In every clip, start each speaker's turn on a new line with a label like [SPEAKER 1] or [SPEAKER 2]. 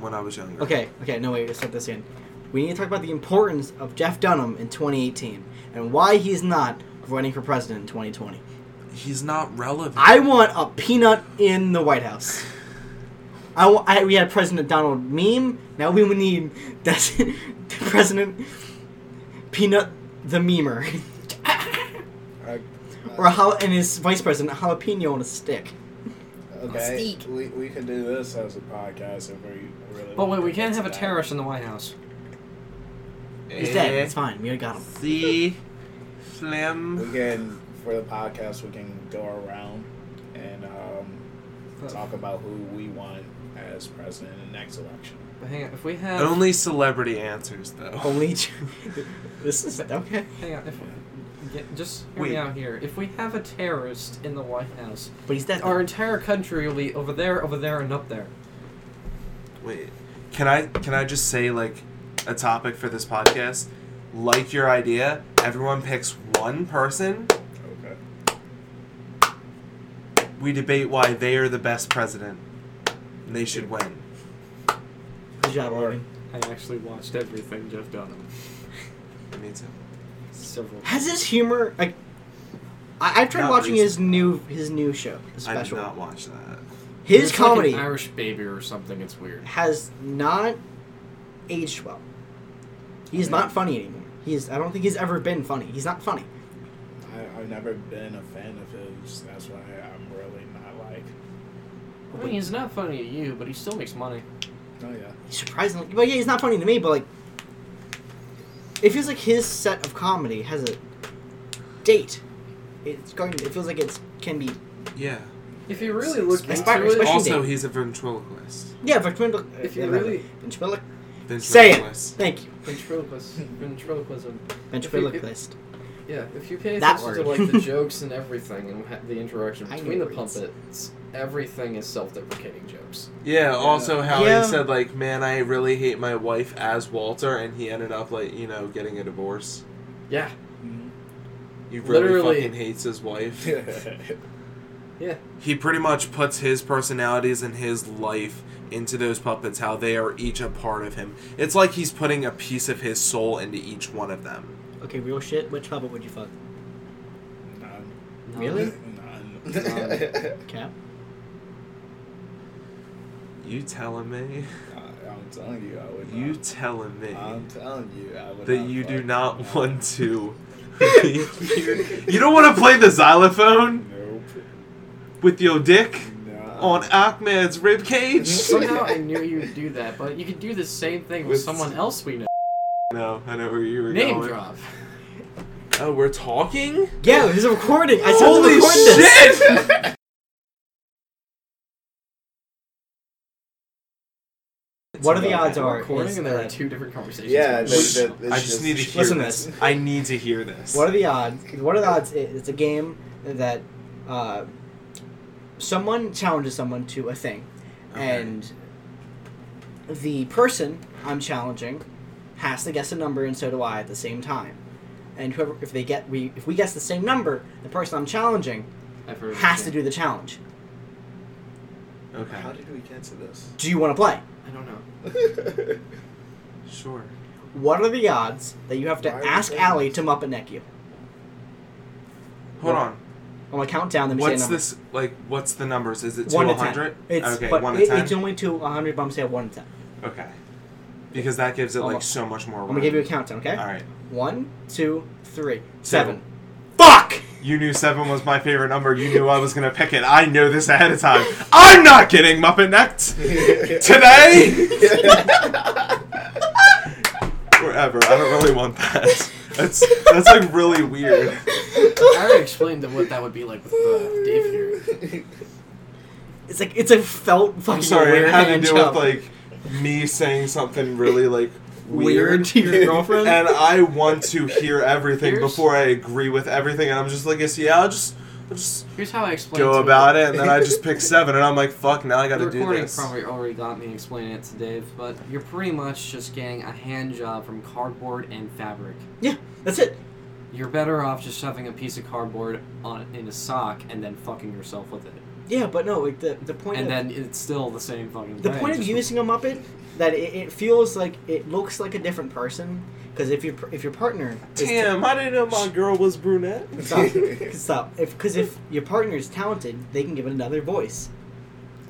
[SPEAKER 1] when I was younger.
[SPEAKER 2] Okay, okay, no wait, let's set this in. We need to talk about the importance of Jeff Dunham in 2018 and why he's not running for president in 2020.
[SPEAKER 1] He's not relevant.
[SPEAKER 2] I want a peanut in the White House. I, wa- I we had President Donald meme. Now we would need that's President Peanut the memer,
[SPEAKER 3] Alright,
[SPEAKER 2] or how and his vice president jalapeno on a stick.
[SPEAKER 3] Okay,
[SPEAKER 4] Mystique.
[SPEAKER 3] we, we can do this as a podcast if we really.
[SPEAKER 5] But wait,
[SPEAKER 3] want
[SPEAKER 5] we
[SPEAKER 3] to
[SPEAKER 5] can't
[SPEAKER 3] get
[SPEAKER 5] have
[SPEAKER 3] to
[SPEAKER 5] a
[SPEAKER 3] that.
[SPEAKER 5] terrorist in the White House.
[SPEAKER 2] He's dead. It's fine. We already got him.
[SPEAKER 1] Eh? See,
[SPEAKER 3] We
[SPEAKER 1] Slim.
[SPEAKER 3] can for the podcast. We can go around and um, talk about who we want as president in the next election.
[SPEAKER 5] But hang on, if we have
[SPEAKER 1] Only celebrity answers though.
[SPEAKER 2] Only Jew- this is okay.
[SPEAKER 5] hang on, if get, just hear
[SPEAKER 1] Wait.
[SPEAKER 5] me out here. If we have a terrorist in the White House,
[SPEAKER 2] But he's dead.
[SPEAKER 5] our entire country will be over there, over there, and up there.
[SPEAKER 1] Wait, can I can I just say like a topic for this podcast? Like your idea, everyone picks one person.
[SPEAKER 3] Okay.
[SPEAKER 1] We debate why they are the best president. And they should win.
[SPEAKER 2] Good job, Logan.
[SPEAKER 5] I actually watched everything Jeff Dunham
[SPEAKER 1] Me too.
[SPEAKER 5] several.
[SPEAKER 2] Has his humor like? I, I've tried
[SPEAKER 1] Not
[SPEAKER 2] watching his
[SPEAKER 1] recently.
[SPEAKER 2] new his new show, his
[SPEAKER 1] I did
[SPEAKER 2] special.
[SPEAKER 1] not watch that.
[SPEAKER 2] His
[SPEAKER 5] It's like an
[SPEAKER 2] comedy
[SPEAKER 5] Irish baby or something. It's weird.
[SPEAKER 2] has not aged well. He's not funny anymore. He's I don't think he's ever been funny. He's not funny.
[SPEAKER 3] I, I've never been a fan of his. That's why I'm really not like.
[SPEAKER 5] I mean, he's not funny to you, but he still makes money.
[SPEAKER 3] Oh yeah.
[SPEAKER 2] He's surprisingly, but yeah, he's not funny to me. But like, it feels like his set of comedy has a date. It's going. It feels like it's can be
[SPEAKER 1] Yeah.
[SPEAKER 5] If you really look
[SPEAKER 2] Especially-
[SPEAKER 5] into it,
[SPEAKER 2] especially-
[SPEAKER 1] Also,
[SPEAKER 2] date.
[SPEAKER 1] he's a ventriloquist.
[SPEAKER 2] yeah. uh, Ventriloqu-
[SPEAKER 5] If you really-
[SPEAKER 2] ventriloqu- say it.
[SPEAKER 1] Ventriloquist.
[SPEAKER 2] Thank you.
[SPEAKER 5] ventriloquist, ventriloquism. If you-
[SPEAKER 2] Ventriloquist.
[SPEAKER 5] Yeah, if you pay
[SPEAKER 2] That
[SPEAKER 5] attention to
[SPEAKER 2] word.
[SPEAKER 5] like the jokes and everything and ha- the interaction
[SPEAKER 2] I
[SPEAKER 5] between
[SPEAKER 2] knew
[SPEAKER 5] the
[SPEAKER 2] words.
[SPEAKER 5] puppets, everything is self-deprecating jokes.
[SPEAKER 1] Yeah, also how
[SPEAKER 2] Yeah.
[SPEAKER 1] he said like, "Man, I really hate my wife" as Walter, and he ended up like, you know, getting a divorce.
[SPEAKER 5] Yeah,
[SPEAKER 1] He really
[SPEAKER 5] Literally.
[SPEAKER 1] fucking hates his wife.
[SPEAKER 3] Mm-hmm.
[SPEAKER 5] yeah.
[SPEAKER 1] he pretty much puts his personalities and his life into those puppets, how they are each a part of him. It's like he's putting a piece of his soul into each one of them.
[SPEAKER 2] Okay, real shit. Which puppet would you fuck?
[SPEAKER 3] None.
[SPEAKER 2] Really?
[SPEAKER 3] None.
[SPEAKER 5] None.
[SPEAKER 2] Cap.
[SPEAKER 1] You telling me?
[SPEAKER 3] I'm telling you, I would.
[SPEAKER 1] You
[SPEAKER 3] not.
[SPEAKER 1] telling me
[SPEAKER 3] I'm telling you, I would.
[SPEAKER 1] that
[SPEAKER 3] not
[SPEAKER 1] you do
[SPEAKER 3] fuck.
[SPEAKER 1] not want to? you you don't want to play the xylophone
[SPEAKER 3] Nope.
[SPEAKER 1] with your dick
[SPEAKER 3] Nah.
[SPEAKER 1] on Ahmed's rib cage?
[SPEAKER 5] Somehow I knew you'd do that, but you could do the same thing with,
[SPEAKER 1] With-
[SPEAKER 5] someone else we know.
[SPEAKER 1] No, I know where you were
[SPEAKER 5] Name
[SPEAKER 1] going.
[SPEAKER 5] drop.
[SPEAKER 1] Oh, we're talking?
[SPEAKER 2] Yeah, it's a recording. I said to
[SPEAKER 1] Holy
[SPEAKER 2] record this.
[SPEAKER 1] shit!
[SPEAKER 2] What are the odds
[SPEAKER 5] We're
[SPEAKER 2] are?
[SPEAKER 5] recording
[SPEAKER 2] is
[SPEAKER 5] and there are
[SPEAKER 2] that-
[SPEAKER 5] two different conversations.
[SPEAKER 3] Yeah.
[SPEAKER 5] Which-
[SPEAKER 3] they- they- it's
[SPEAKER 1] I just need to hear
[SPEAKER 2] Listen to
[SPEAKER 1] this. I need to hear this.
[SPEAKER 2] What are the odds? What are the odds? it- It's a game that uh, someone challenges someone to a thing,
[SPEAKER 1] Okay.
[SPEAKER 2] and the person I'm challenging has to guess a number, and so do I at the same time. And whoever, if they get we, if we guess the same number, the person I'm challenging
[SPEAKER 5] I've heard of
[SPEAKER 2] has to
[SPEAKER 5] it.
[SPEAKER 2] do the challenge.
[SPEAKER 1] Okay.
[SPEAKER 3] How did we get to this?
[SPEAKER 2] Do you want to play?
[SPEAKER 5] I don't know.
[SPEAKER 1] Sure.
[SPEAKER 2] What are the odds that you have to
[SPEAKER 3] Why are we
[SPEAKER 2] ask
[SPEAKER 3] doing
[SPEAKER 2] Allie to Muppet Neck you?
[SPEAKER 1] Hold
[SPEAKER 2] What?
[SPEAKER 1] on.
[SPEAKER 2] I'm gonna count down. Then we say a
[SPEAKER 1] What's
[SPEAKER 2] number.
[SPEAKER 1] this? Like, what's the numbers? Is it to
[SPEAKER 2] One to ten.
[SPEAKER 1] 100?
[SPEAKER 2] It's
[SPEAKER 1] okay,
[SPEAKER 2] but
[SPEAKER 1] 1
[SPEAKER 2] it-
[SPEAKER 1] to 10?
[SPEAKER 2] it's only to 100, but I'm saying one to ten.
[SPEAKER 1] okay. Because that gives it, like,
[SPEAKER 2] Almost.
[SPEAKER 1] so much more
[SPEAKER 2] I'm gonna give you a countdown, okay?
[SPEAKER 1] Alright.
[SPEAKER 2] One, two, three,
[SPEAKER 1] Seven.
[SPEAKER 2] seven. Fuck!
[SPEAKER 1] You knew 7 was my favorite number. You knew I was going to pick it. I know this ahead of time. I'm not getting Muppet Necked today! Forever. I don't really want that. That's, that's like, really weird.
[SPEAKER 5] I already explained that what that would be like with uh, Dave here.
[SPEAKER 2] It's like it's a felt fucking
[SPEAKER 1] I'm sorry,
[SPEAKER 2] weird
[SPEAKER 1] it had to
[SPEAKER 2] hand
[SPEAKER 1] do with
[SPEAKER 2] job.
[SPEAKER 1] like me saying something really like
[SPEAKER 2] weird
[SPEAKER 1] weird.
[SPEAKER 2] to your girlfriend.
[SPEAKER 1] And I want to hear everything
[SPEAKER 5] Here's-
[SPEAKER 1] before I agree with everything, and I'm just like, yes, yeah, I'll just, I'll just
[SPEAKER 5] Here's how I explained.
[SPEAKER 1] go
[SPEAKER 5] to
[SPEAKER 1] about it, and then I just pick seven, and I'm like, fuck, now I
[SPEAKER 5] The
[SPEAKER 1] gotta do
[SPEAKER 5] recording
[SPEAKER 1] this.
[SPEAKER 5] probably already got me explaining it to Dave, but you're pretty much just getting a hand job from cardboard and fabric.
[SPEAKER 2] yeah, that's it.
[SPEAKER 5] You're better off just shoving a piece of cardboard on in a sock and then fucking yourself with it.
[SPEAKER 2] Yeah, but no, like the the point
[SPEAKER 5] and
[SPEAKER 2] of
[SPEAKER 5] then it's still the same fucking
[SPEAKER 2] the
[SPEAKER 5] thing.
[SPEAKER 2] point of
[SPEAKER 5] just-
[SPEAKER 2] using a Muppet that it, it feels like it looks like a different person. Because if your if your partner is
[SPEAKER 1] Damn, I didn't know my girl was brunette.
[SPEAKER 2] Stop. Stop. If because if your partner is talented, they can give it another voice.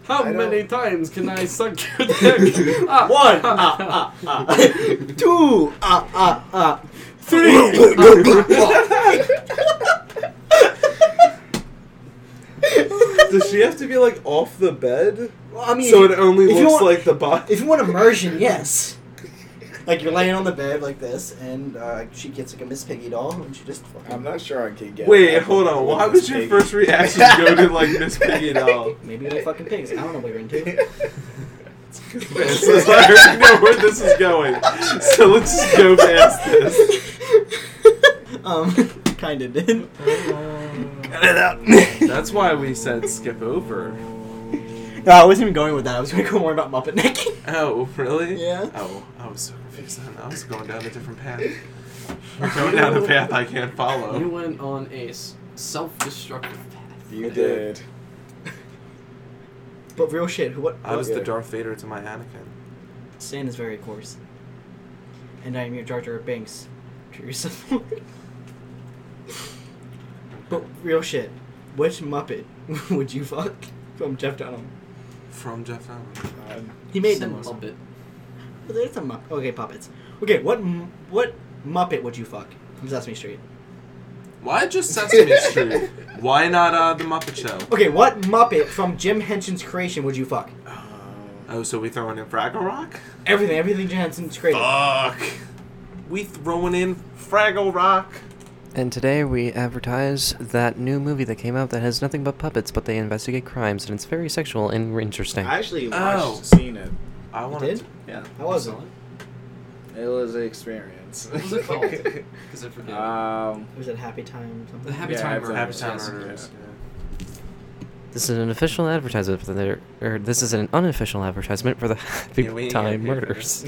[SPEAKER 5] How
[SPEAKER 3] I
[SPEAKER 5] many
[SPEAKER 3] don't-
[SPEAKER 5] times can I suck your dick? Ah,
[SPEAKER 2] One.
[SPEAKER 5] ah,
[SPEAKER 1] Uh,
[SPEAKER 2] Ah, ah, ah. Two. Ah, ah, ah. Three.
[SPEAKER 1] Does she have to be like off the bed?
[SPEAKER 2] Well, I mean,
[SPEAKER 1] so it only
[SPEAKER 2] if you
[SPEAKER 1] looks
[SPEAKER 2] want-
[SPEAKER 1] like the body.
[SPEAKER 2] if you want immersion, yes. Like you're laying on the bed like this, and uh, she gets like a Miss Piggy doll, and she just. fucking-
[SPEAKER 3] I'm not sure I can get.
[SPEAKER 1] Wait,
[SPEAKER 3] that.
[SPEAKER 1] hold on. Why
[SPEAKER 3] Miss
[SPEAKER 1] would your
[SPEAKER 3] Piggy.
[SPEAKER 1] first reaction go to like Miss Piggy doll?
[SPEAKER 2] Maybe they're fucking pigs. I don't know what you're into.
[SPEAKER 1] This is- I already know where this is going. So let's just go past this.
[SPEAKER 2] um, kind of did.
[SPEAKER 1] Cut it out. That's why we said skip over.
[SPEAKER 2] No, I wasn't even going with that. I was going to go more about Muppet Nick.
[SPEAKER 1] Oh, really?
[SPEAKER 2] Yeah.
[SPEAKER 1] Oh, I was so confused. then. I was going down a different path. We're going down a path I can't
[SPEAKER 5] You
[SPEAKER 1] follow.
[SPEAKER 5] went on a s- self-destructive path.
[SPEAKER 3] You did.
[SPEAKER 2] but real shit. What?
[SPEAKER 1] I was the
[SPEAKER 3] Yeah.
[SPEAKER 1] Darth Vader to my Anakin.
[SPEAKER 2] Sand is very coarse. And I am your Jar Jar Binks. Treat yourself. but real shit. Which Muppet would you fuck from Jeff Dunham?
[SPEAKER 1] From Jeff Allen.
[SPEAKER 3] Um,
[SPEAKER 2] He made
[SPEAKER 5] Some
[SPEAKER 2] them. Well,
[SPEAKER 5] Muppet.
[SPEAKER 2] There's a Muppet. Okay, puppets. Okay, what m- what Muppet would you fuck from Sesame Street?
[SPEAKER 1] Why just Sesame Street? Why not uh, the Muppet Show?
[SPEAKER 2] Okay, what Muppet from Jim Henson's creation would you fuck?
[SPEAKER 3] um,
[SPEAKER 1] Oh, so we throwing in Fraggle Rock?
[SPEAKER 2] Everything, everything Jim Henson's created.
[SPEAKER 1] Fuck. We throwing in Fraggle Rock.
[SPEAKER 4] And today we advertise that new movie that came out that has nothing but puppets, but they investigate crimes, and it's very sexual and interesting.
[SPEAKER 3] I actually watched,
[SPEAKER 1] Oh.
[SPEAKER 3] seen it.
[SPEAKER 1] I
[SPEAKER 2] You
[SPEAKER 1] want
[SPEAKER 2] did?
[SPEAKER 1] to.
[SPEAKER 3] Yeah,
[SPEAKER 2] I wasn't.
[SPEAKER 3] it was an experience.
[SPEAKER 5] What was it called? Because I forget.
[SPEAKER 3] um,
[SPEAKER 2] Was it Happy Time or
[SPEAKER 5] the
[SPEAKER 2] something?
[SPEAKER 5] Happy
[SPEAKER 3] yeah,
[SPEAKER 5] Time
[SPEAKER 3] I've-
[SPEAKER 5] Murders.
[SPEAKER 1] Happy Time
[SPEAKER 5] yes.
[SPEAKER 1] Murders.
[SPEAKER 4] This is an official advertisement for the, or this is an unofficial advertisement for the Happy
[SPEAKER 1] Yeah, we ain't
[SPEAKER 4] Time
[SPEAKER 1] gonna pay for
[SPEAKER 4] Murders.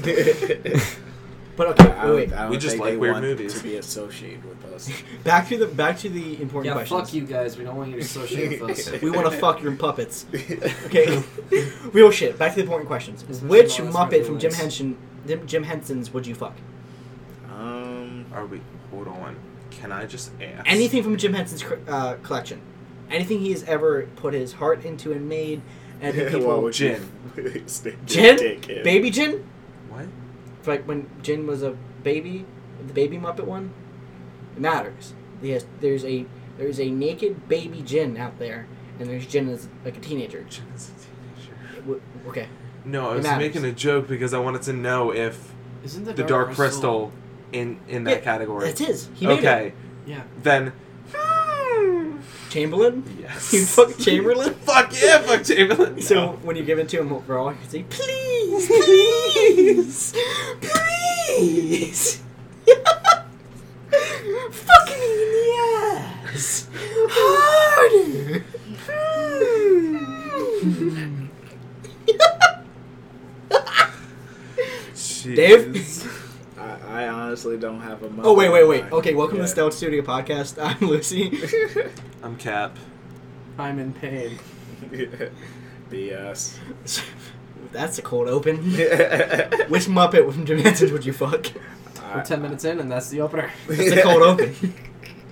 [SPEAKER 2] But okay,
[SPEAKER 3] I
[SPEAKER 2] wait,
[SPEAKER 3] don't,
[SPEAKER 2] wait.
[SPEAKER 3] I don't
[SPEAKER 1] We just
[SPEAKER 3] think
[SPEAKER 1] like
[SPEAKER 3] they
[SPEAKER 1] weird
[SPEAKER 3] want
[SPEAKER 1] movies.
[SPEAKER 3] to be associated with us.
[SPEAKER 2] Back to the back to the important
[SPEAKER 5] Yeah,
[SPEAKER 2] questions.
[SPEAKER 5] fuck you guys. We don't want you to associate with us.
[SPEAKER 2] We want to fuck your puppets.
[SPEAKER 3] okay.
[SPEAKER 2] Okay, real shit. Back to the important questions.
[SPEAKER 5] This is
[SPEAKER 2] Which
[SPEAKER 5] Mr. Wallace
[SPEAKER 2] Muppet from Jim
[SPEAKER 5] Margulies.
[SPEAKER 2] Henson, Jim, Jim Henson's would you fuck?
[SPEAKER 3] Um,
[SPEAKER 1] Are we? Hold on. Can I just ask?
[SPEAKER 2] Anything from Jim Henson's cr- uh, collection, anything he has ever put his heart into and made, and the people.
[SPEAKER 3] what would you-
[SPEAKER 2] Gin?
[SPEAKER 3] Dickhead.
[SPEAKER 2] baby Jin,
[SPEAKER 1] What?
[SPEAKER 2] like when Jin was a baby, the baby Muppet one. It matters. Yes, there's a there's a naked baby Jin out there, and there's Jin as like a teenager.
[SPEAKER 1] Jim is a teenager.
[SPEAKER 2] W- Okay.
[SPEAKER 1] No, I
[SPEAKER 2] It
[SPEAKER 1] was
[SPEAKER 2] matters.
[SPEAKER 1] making a joke because I wanted to know if
[SPEAKER 5] Isn't the
[SPEAKER 1] the Dark Crystal in in that
[SPEAKER 2] Yeah,
[SPEAKER 1] category.
[SPEAKER 2] That's his. He made
[SPEAKER 1] okay.
[SPEAKER 5] Yeah.
[SPEAKER 1] Then. hmm,
[SPEAKER 2] it. Chamberlain?
[SPEAKER 1] Yes.
[SPEAKER 2] You fuck Chamberlain?
[SPEAKER 1] Fuck yeah, fuck Chamberlain.
[SPEAKER 2] So
[SPEAKER 1] No.
[SPEAKER 2] when you give it to him overall, you can say, please, please, please. Fuck me in the ass. Harder. Hmm. Dave?
[SPEAKER 1] Jeez.
[SPEAKER 3] I, I honestly don't have a.
[SPEAKER 2] Oh, wait, wait, wait.
[SPEAKER 3] mind.
[SPEAKER 2] Okay, welcome
[SPEAKER 3] Yeah.
[SPEAKER 2] to the Stealth Studio podcast. I'm Lucy.
[SPEAKER 1] I'm Cap.
[SPEAKER 5] I'm in pain.
[SPEAKER 3] BS.
[SPEAKER 2] That's a cold open. Which Muppet from Jim Henson would you fuck?
[SPEAKER 5] We're ten minutes in, and that's the opener.
[SPEAKER 2] That's a cold open.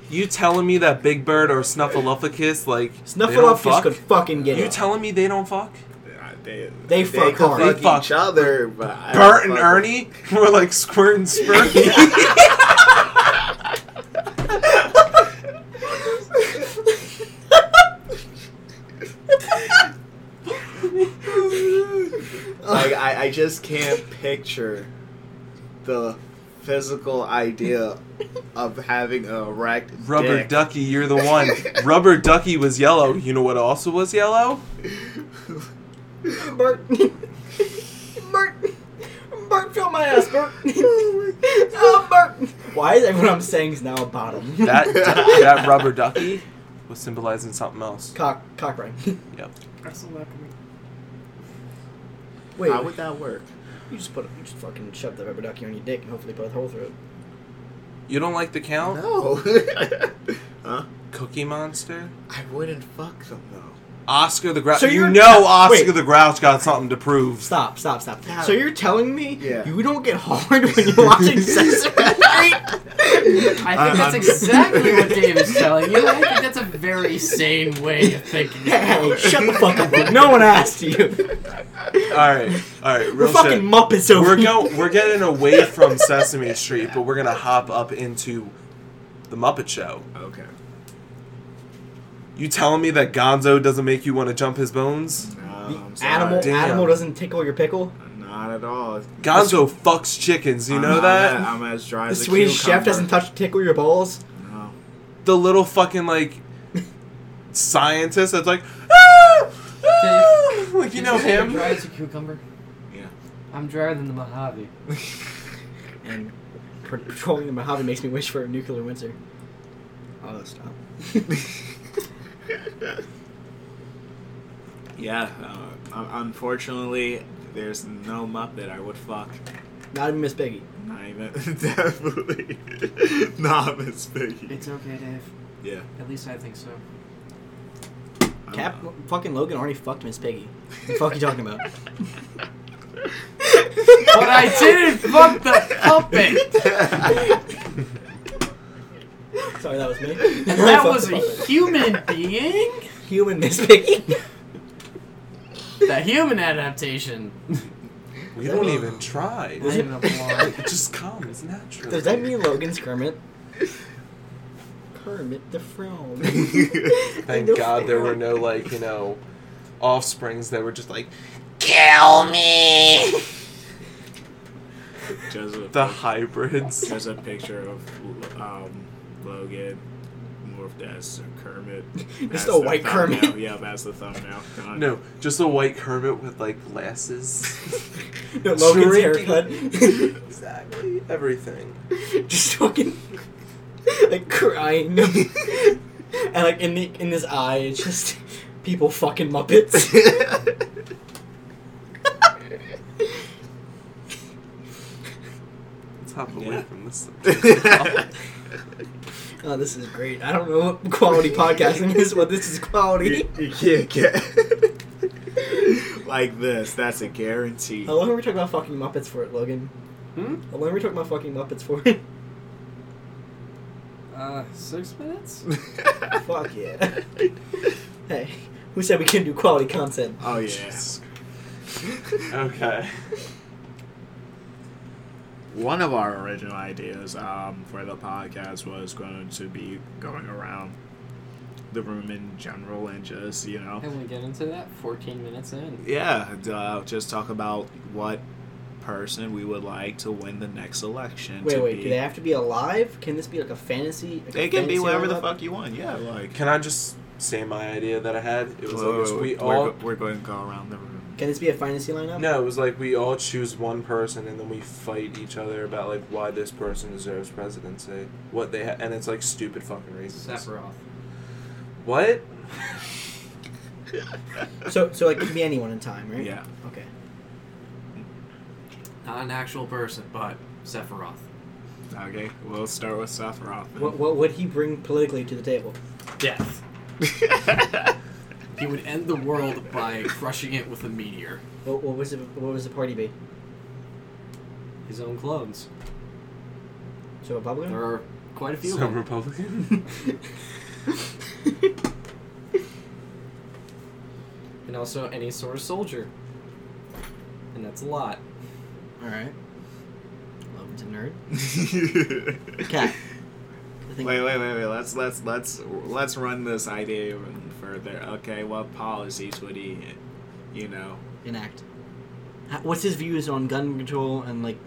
[SPEAKER 1] You telling me that Big Bird or Snuffleupagus like they don't
[SPEAKER 2] Snuffleupagus
[SPEAKER 1] fuck?
[SPEAKER 2] could fucking get
[SPEAKER 1] You
[SPEAKER 2] it.
[SPEAKER 1] telling me they don't fuck?
[SPEAKER 3] I- They,
[SPEAKER 2] They fuck
[SPEAKER 3] could
[SPEAKER 2] hard.
[SPEAKER 1] They fuck.
[SPEAKER 3] each other, but I
[SPEAKER 1] Bert
[SPEAKER 3] don't
[SPEAKER 1] and
[SPEAKER 3] fuck with-
[SPEAKER 1] Ernie were like squirt and spurt.
[SPEAKER 3] Like I, I just can't picture the physical idea of having a erect
[SPEAKER 1] Rubber
[SPEAKER 3] dick.
[SPEAKER 1] Ducky, you're the one. Rubber Ducky was yellow. You know what also was yellow?
[SPEAKER 2] Bert. Bert. Bert, fill my ass, Bert. oh, Bert. Why is everyone I'm saying is now a bottom?
[SPEAKER 1] That that rubber ducky was symbolizing something else.
[SPEAKER 2] cock cock ring.
[SPEAKER 1] Yep.
[SPEAKER 2] Wait,
[SPEAKER 3] How would that work?
[SPEAKER 2] you just put you just fucking shove the rubber ducky on your dick and hopefully put a hole through it.
[SPEAKER 1] You don't like the count?
[SPEAKER 2] Oh.
[SPEAKER 3] No. Oh. huh?
[SPEAKER 1] Cookie Monster?
[SPEAKER 3] I wouldn't fuck them though.
[SPEAKER 1] Oscar the Grouch.
[SPEAKER 2] So
[SPEAKER 1] you
[SPEAKER 2] you're-
[SPEAKER 1] know Oscar
[SPEAKER 2] wait.
[SPEAKER 1] the Grouch got something to prove.
[SPEAKER 2] Stop, stop, stop.
[SPEAKER 3] Yeah.
[SPEAKER 2] So you're telling me
[SPEAKER 3] Yeah.
[SPEAKER 2] you don't get hard when you're watching Sesame Street?
[SPEAKER 5] I think that's
[SPEAKER 1] I'm-
[SPEAKER 5] exactly what Dave is telling you. I think that's a very sane way of thinking.
[SPEAKER 2] Hey, shut the fuck up. dude. No one asked you.
[SPEAKER 1] All right, all right,
[SPEAKER 2] We're
[SPEAKER 1] real
[SPEAKER 2] fucking
[SPEAKER 1] shit.
[SPEAKER 2] Muppets over
[SPEAKER 1] We're
[SPEAKER 2] here.
[SPEAKER 1] go. We're getting away from Sesame Street, but we're gonna hop up into the Muppet Show.
[SPEAKER 3] Okay.
[SPEAKER 1] You telling me that Gonzo doesn't make you want to jump his bones?
[SPEAKER 3] No,
[SPEAKER 2] The
[SPEAKER 3] I'm sorry.
[SPEAKER 2] animal,
[SPEAKER 1] Damn.
[SPEAKER 2] animal doesn't tickle your pickle.
[SPEAKER 3] Not at all.
[SPEAKER 1] Gonzo fucks chickens. You know
[SPEAKER 3] I'm,
[SPEAKER 1] that?
[SPEAKER 3] I'm, as dry
[SPEAKER 2] The
[SPEAKER 3] as a
[SPEAKER 2] Swedish chef
[SPEAKER 3] cucumber.
[SPEAKER 2] doesn't touch tickle your balls.
[SPEAKER 3] No.
[SPEAKER 1] the little fucking like scientist that's like, "Ah! Ah!" like you know him.
[SPEAKER 5] Dry as a cucumber.
[SPEAKER 3] Yeah.
[SPEAKER 5] I'm drier than the Mojave.
[SPEAKER 2] And pa- patrolling the Mojave makes me wish for a nuclear winter. Oh, stop.
[SPEAKER 3] Yeah. Uh, un- unfortunately, there's no Muppet I would fuck.
[SPEAKER 2] Not even Miss Piggy.
[SPEAKER 3] Not even. Definitely. not Miss Piggy.
[SPEAKER 5] It's okay, Dave.
[SPEAKER 3] Yeah.
[SPEAKER 5] At least I think so.
[SPEAKER 3] I
[SPEAKER 2] Cap,
[SPEAKER 3] don't know.
[SPEAKER 2] fucking Logan already fucked Miss Piggy. The fuck you talking about?
[SPEAKER 5] But I didn't fuck the puppet!
[SPEAKER 2] Sorry, that was me.
[SPEAKER 5] And that was a human being?
[SPEAKER 2] human Miss Piggy.
[SPEAKER 5] The human adaptation.
[SPEAKER 1] We don't even try.
[SPEAKER 5] Not even a blonde.
[SPEAKER 1] It just comes naturally.
[SPEAKER 2] Does that mean Logan's Kermit? Kermit the Frog.
[SPEAKER 1] Thank
[SPEAKER 2] No
[SPEAKER 1] God there
[SPEAKER 2] fair.
[SPEAKER 1] were no like you know, offsprings that were just like
[SPEAKER 3] Just a
[SPEAKER 1] the
[SPEAKER 3] pic-
[SPEAKER 1] hybrids.
[SPEAKER 3] There's a picture of um, Logan morphed as a Kermit. That's
[SPEAKER 2] a
[SPEAKER 3] the
[SPEAKER 2] white
[SPEAKER 3] thumbnail.
[SPEAKER 2] Kermit.
[SPEAKER 3] Yeah, that's the thumbnail. Done.
[SPEAKER 1] No, just a white Kermit with like glasses.
[SPEAKER 2] No, Logan's
[SPEAKER 1] Shrinking.
[SPEAKER 2] haircut.
[SPEAKER 1] exactly everything.
[SPEAKER 2] Just fucking like crying. and like in the in his eye it's just people fucking Muppets.
[SPEAKER 1] Let's hop away
[SPEAKER 3] Yeah.
[SPEAKER 1] from this.
[SPEAKER 2] Oh, this is great. I don't know what quality podcasting is, but this is quality.
[SPEAKER 3] you, you can't get like this. That's a guarantee.
[SPEAKER 2] How long are we talking about fucking Muppets for it, Logan?
[SPEAKER 5] Hmm?
[SPEAKER 2] How long are we talking about fucking Muppets for it?
[SPEAKER 5] Uh, six minutes?
[SPEAKER 2] Fuck yeah. hey, who said we can do quality content?
[SPEAKER 3] Oh yeah.
[SPEAKER 1] Jesus. Okay.
[SPEAKER 3] One of our original ideas um, for the podcast was going to be going around the room in general and just you know
[SPEAKER 5] Can we get into that? 14 minutes in.
[SPEAKER 3] Yeah, uh, just talk about what person we would like to win the next election.
[SPEAKER 2] Wait,
[SPEAKER 3] to
[SPEAKER 2] wait,
[SPEAKER 3] be.
[SPEAKER 2] do they have to be alive? Can this be like a fantasy? like a
[SPEAKER 3] It can be
[SPEAKER 2] fantasy
[SPEAKER 3] whatever the
[SPEAKER 2] lineup?
[SPEAKER 3] fuck you want. Yeah, like
[SPEAKER 1] Can I just say my idea that I had? It was
[SPEAKER 3] Wait,
[SPEAKER 1] like
[SPEAKER 3] wait,
[SPEAKER 1] we
[SPEAKER 3] wait, we're
[SPEAKER 1] all
[SPEAKER 3] go- we're going to go around the room.
[SPEAKER 2] Can this be a fantasy lineup?
[SPEAKER 1] No, it was like we all choose one person and then we fight each other about like why this person deserves presidency, what they ha- and it's like stupid fucking reasons.
[SPEAKER 5] Sephiroth.
[SPEAKER 1] What?
[SPEAKER 2] So, so it can be anyone in time, right?
[SPEAKER 3] Yeah,
[SPEAKER 2] Okay.
[SPEAKER 5] Not an actual person, but Sephiroth.
[SPEAKER 3] okay. We'll start with Sephiroth. then.
[SPEAKER 2] What, what would he bring politically to the table?
[SPEAKER 5] Death. He would end the world by crushing it with a meteor.
[SPEAKER 2] What, what was it? What was the party be?
[SPEAKER 5] His own clones.
[SPEAKER 2] So Republican?
[SPEAKER 5] There are quite a few
[SPEAKER 1] So
[SPEAKER 5] of them.
[SPEAKER 1] Republican?
[SPEAKER 5] And also any sort of soldier. And that's a lot.
[SPEAKER 2] All right. Logan's a nerd. Cat. I think-
[SPEAKER 3] Wait, wait, wait, wait. Let's let's let's let's run this idea even further. Okay, what policies would he, you know,
[SPEAKER 2] enact. Ha- What's his views on gun control and like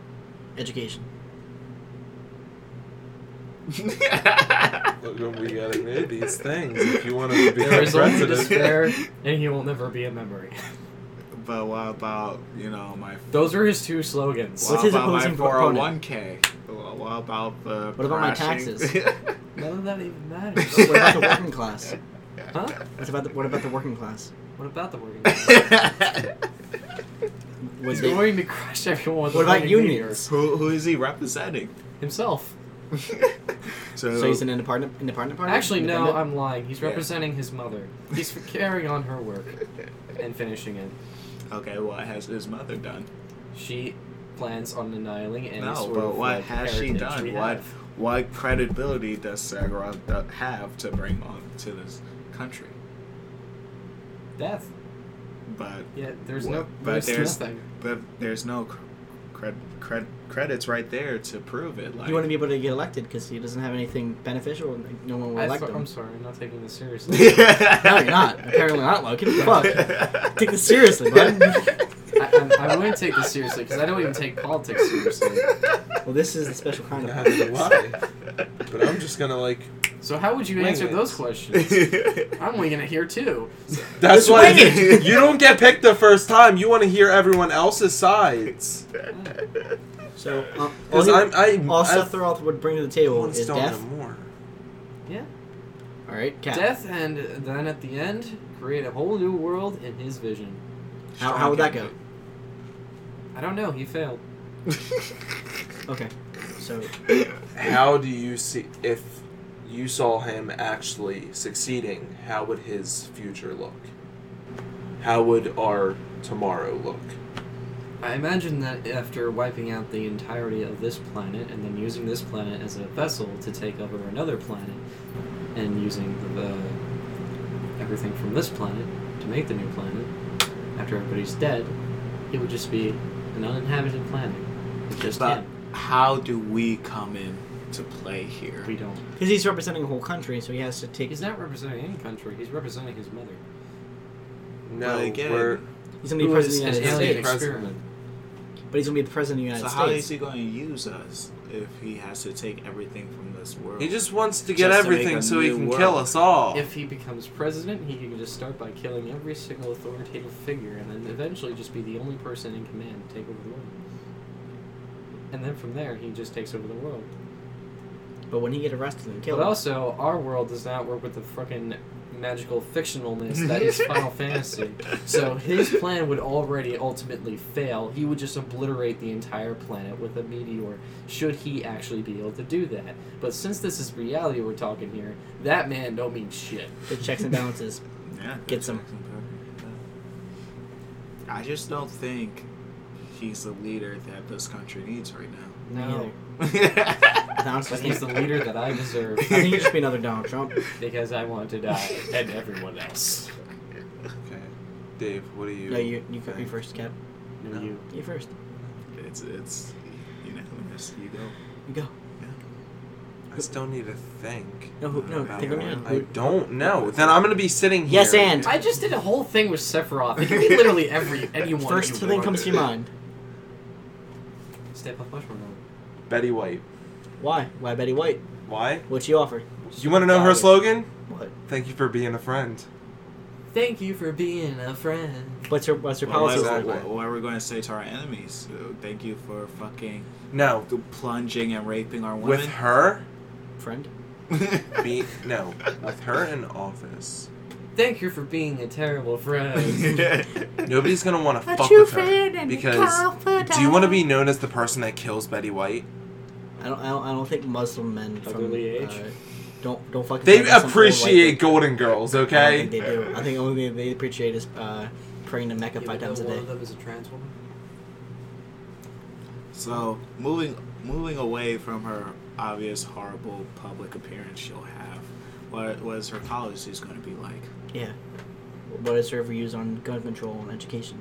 [SPEAKER 2] education?
[SPEAKER 1] Look, we gotta know these things if you want to be
[SPEAKER 5] There
[SPEAKER 1] a
[SPEAKER 5] is only
[SPEAKER 1] president.
[SPEAKER 5] despair, and he will never be a memory.
[SPEAKER 3] But what about you know my
[SPEAKER 5] Those are his two slogans.
[SPEAKER 2] What?
[SPEAKER 3] what
[SPEAKER 2] his
[SPEAKER 3] about my
[SPEAKER 2] opposing
[SPEAKER 3] four hundred
[SPEAKER 2] opponent?
[SPEAKER 3] one k? What about the
[SPEAKER 2] What about my
[SPEAKER 3] crashing-
[SPEAKER 2] taxes?
[SPEAKER 5] None of that
[SPEAKER 2] So
[SPEAKER 5] even
[SPEAKER 2] what
[SPEAKER 5] matters.
[SPEAKER 2] about the working class?
[SPEAKER 5] huh?
[SPEAKER 2] What's about the, what about the working class?
[SPEAKER 5] What about the working class?
[SPEAKER 2] Was
[SPEAKER 5] He's
[SPEAKER 2] it,
[SPEAKER 5] going to crush everyone with
[SPEAKER 2] what
[SPEAKER 5] a
[SPEAKER 2] about
[SPEAKER 5] fucking meteor.
[SPEAKER 2] unions?
[SPEAKER 3] who, who is he representing?
[SPEAKER 5] Himself.
[SPEAKER 3] so,
[SPEAKER 2] So he's an independent, independent partner.
[SPEAKER 5] Actually, no,
[SPEAKER 2] Independent?
[SPEAKER 5] I'm lying. He's
[SPEAKER 3] Yeah.
[SPEAKER 5] representing his mother. He's for carrying on her work and finishing it.
[SPEAKER 3] okay, what has his mother done?
[SPEAKER 5] She plans on annihilating any
[SPEAKER 3] no,
[SPEAKER 5] sort
[SPEAKER 3] but
[SPEAKER 5] of
[SPEAKER 3] what
[SPEAKER 5] like,
[SPEAKER 3] has she
[SPEAKER 5] heritage
[SPEAKER 3] done?
[SPEAKER 5] we
[SPEAKER 3] What
[SPEAKER 5] have.
[SPEAKER 3] what credibility does Sagarov do- have to bring on to this country?
[SPEAKER 5] Death.
[SPEAKER 3] But
[SPEAKER 5] Yeah, there's
[SPEAKER 3] What?
[SPEAKER 5] no.
[SPEAKER 3] But
[SPEAKER 5] There's,
[SPEAKER 3] there's-
[SPEAKER 5] nothing.
[SPEAKER 3] but there's no cr- cred, cred, credits right there to prove it. Like
[SPEAKER 2] You want to be able to get elected because he doesn't have anything beneficial, and like, no one will
[SPEAKER 5] I
[SPEAKER 2] elect
[SPEAKER 5] thought-
[SPEAKER 2] him.
[SPEAKER 5] I'm sorry, I'm not taking this seriously.
[SPEAKER 2] no,
[SPEAKER 3] Apparently
[SPEAKER 2] you're not. Apparently not, Logan. Fuck. Take this seriously, bud.
[SPEAKER 5] I, I'm, I wouldn't take this seriously because I don't even take politics seriously.
[SPEAKER 2] Well, this is the special kind
[SPEAKER 1] I
[SPEAKER 2] of.
[SPEAKER 1] don't know why, but I'm just gonna like.
[SPEAKER 5] So how would you
[SPEAKER 1] Wing
[SPEAKER 5] answer
[SPEAKER 1] it.
[SPEAKER 5] those questions? I'm winging it here too.
[SPEAKER 1] That's
[SPEAKER 2] Just
[SPEAKER 1] why
[SPEAKER 2] wing it.
[SPEAKER 1] you don't get picked the first time. You want to hear everyone else's sides.
[SPEAKER 2] So, uh, all,
[SPEAKER 1] Because
[SPEAKER 2] he,
[SPEAKER 1] I'm, I'm
[SPEAKER 2] all
[SPEAKER 1] I,
[SPEAKER 2] Sethroth would bring to the
[SPEAKER 1] I
[SPEAKER 2] table
[SPEAKER 1] want to
[SPEAKER 2] is
[SPEAKER 1] stone
[SPEAKER 2] death.
[SPEAKER 1] him more.
[SPEAKER 5] Yeah.
[SPEAKER 2] All right, Cap.
[SPEAKER 5] Death, and then at the end, create a whole new world in his vision.
[SPEAKER 2] How, how would that go?
[SPEAKER 5] I don't know. He failed.
[SPEAKER 2] Okay. So,
[SPEAKER 1] How do you see if you saw him actually succeeding? How would his future look? How would our tomorrow look?
[SPEAKER 5] I imagine that after wiping out the entirety of this planet and then using this planet as a vessel to take over another planet and using the, uh, everything from this planet to make the new planet, after everybody's dead, it would just be an uninhabited planet. It's just
[SPEAKER 3] But
[SPEAKER 5] him.
[SPEAKER 3] how do we come in to play here?
[SPEAKER 5] We don't.
[SPEAKER 2] because he's representing a whole country, so he has to take.
[SPEAKER 5] He's not representing any country. He's representing his mother.
[SPEAKER 1] No,
[SPEAKER 3] But again,
[SPEAKER 1] we're
[SPEAKER 2] He's gonna be
[SPEAKER 5] who is
[SPEAKER 2] president
[SPEAKER 5] an
[SPEAKER 2] of the United
[SPEAKER 5] alien
[SPEAKER 2] States,
[SPEAKER 1] President.
[SPEAKER 5] experiment.
[SPEAKER 2] but he's gonna be the president of the
[SPEAKER 3] So
[SPEAKER 2] United
[SPEAKER 3] how is
[SPEAKER 2] States.
[SPEAKER 3] he going to use us if he has to take everything from this world?
[SPEAKER 1] he just wants to get
[SPEAKER 3] Just to make
[SPEAKER 1] everything
[SPEAKER 3] a
[SPEAKER 1] so he
[SPEAKER 3] new
[SPEAKER 1] can
[SPEAKER 3] world.
[SPEAKER 1] kill us all.
[SPEAKER 5] If he becomes president, he can just start by killing every single authoritative figure and then eventually just be the only person in command to take over the world. And then from there, he just takes over the world.
[SPEAKER 2] But when he get arrested and killed,
[SPEAKER 5] But also, our world does not work with the frickin' magical fictionalness that is Final Fantasy. So his plan would already ultimately fail. He would just obliterate the entire planet with a meteor, should he actually be able to do that. But since this is reality we're talking here, that man don't mean shit.
[SPEAKER 2] the checks and balances.
[SPEAKER 3] yeah,
[SPEAKER 2] Get some.
[SPEAKER 3] I just don't think he's the leader that this country needs right
[SPEAKER 2] Me
[SPEAKER 3] now.
[SPEAKER 5] No.
[SPEAKER 2] either. Honestly,
[SPEAKER 5] But he's the leader that I deserve
[SPEAKER 2] I think it should be another Donald Trump.
[SPEAKER 5] because I want to die and everyone else.
[SPEAKER 1] okay, Dave, what do you?
[SPEAKER 2] No, you you, you first, Cap.
[SPEAKER 5] No, you.
[SPEAKER 2] You first.
[SPEAKER 3] It's it's unanimous. You go.
[SPEAKER 2] You go.
[SPEAKER 1] I still need to think.
[SPEAKER 2] No, who- no,
[SPEAKER 1] about
[SPEAKER 2] think of
[SPEAKER 1] that.
[SPEAKER 2] me.
[SPEAKER 1] I don't know. Then I'm gonna be sitting here.
[SPEAKER 2] Yes, and.
[SPEAKER 5] I just did a whole thing with Sephiroth. It can be literally every anyone.
[SPEAKER 2] First
[SPEAKER 5] you
[SPEAKER 2] thing
[SPEAKER 5] want.
[SPEAKER 2] comes to your mind.
[SPEAKER 5] Step up, mushroom. Road.
[SPEAKER 1] Betty White.
[SPEAKER 2] Why? Why Betty White?
[SPEAKER 1] Why?
[SPEAKER 2] What she offered?
[SPEAKER 1] You want to know her
[SPEAKER 5] Got it.
[SPEAKER 1] slogan?
[SPEAKER 2] What?
[SPEAKER 1] Thank you for being a friend.
[SPEAKER 5] Thank you for being a friend.
[SPEAKER 2] What's her What's her
[SPEAKER 3] Well, what,
[SPEAKER 1] is
[SPEAKER 2] policy?
[SPEAKER 3] what,
[SPEAKER 1] that?
[SPEAKER 3] what, what are we going to say to our enemies? Uh, Thank you for fucking
[SPEAKER 1] No,
[SPEAKER 3] plunging and raping our women.
[SPEAKER 1] with her,
[SPEAKER 2] Friend.
[SPEAKER 1] be no, with her in office,
[SPEAKER 5] Thank you for being a terrible friend.
[SPEAKER 1] nobody's gonna want to fuck with her because do you want to be known as the person that kills Betty White?
[SPEAKER 2] I don't, I don't. I don't think Muslim men from
[SPEAKER 5] Elderly age?
[SPEAKER 2] Uh, don't don't fucking.
[SPEAKER 1] They
[SPEAKER 2] like some old white
[SPEAKER 1] appreciate
[SPEAKER 2] dude.
[SPEAKER 1] Golden Girls,
[SPEAKER 2] I don't
[SPEAKER 1] okay?
[SPEAKER 2] think they do. I think the only thing they appreciate is uh, praying to Mecca
[SPEAKER 5] Even
[SPEAKER 2] five
[SPEAKER 5] though
[SPEAKER 2] times a
[SPEAKER 5] one
[SPEAKER 2] day.
[SPEAKER 5] of them is a trans woman.
[SPEAKER 3] so moving moving away from her obvious horrible public appearance she'll have, what what is her policies going to be like?
[SPEAKER 2] Yeah. What is her views on gun control and education?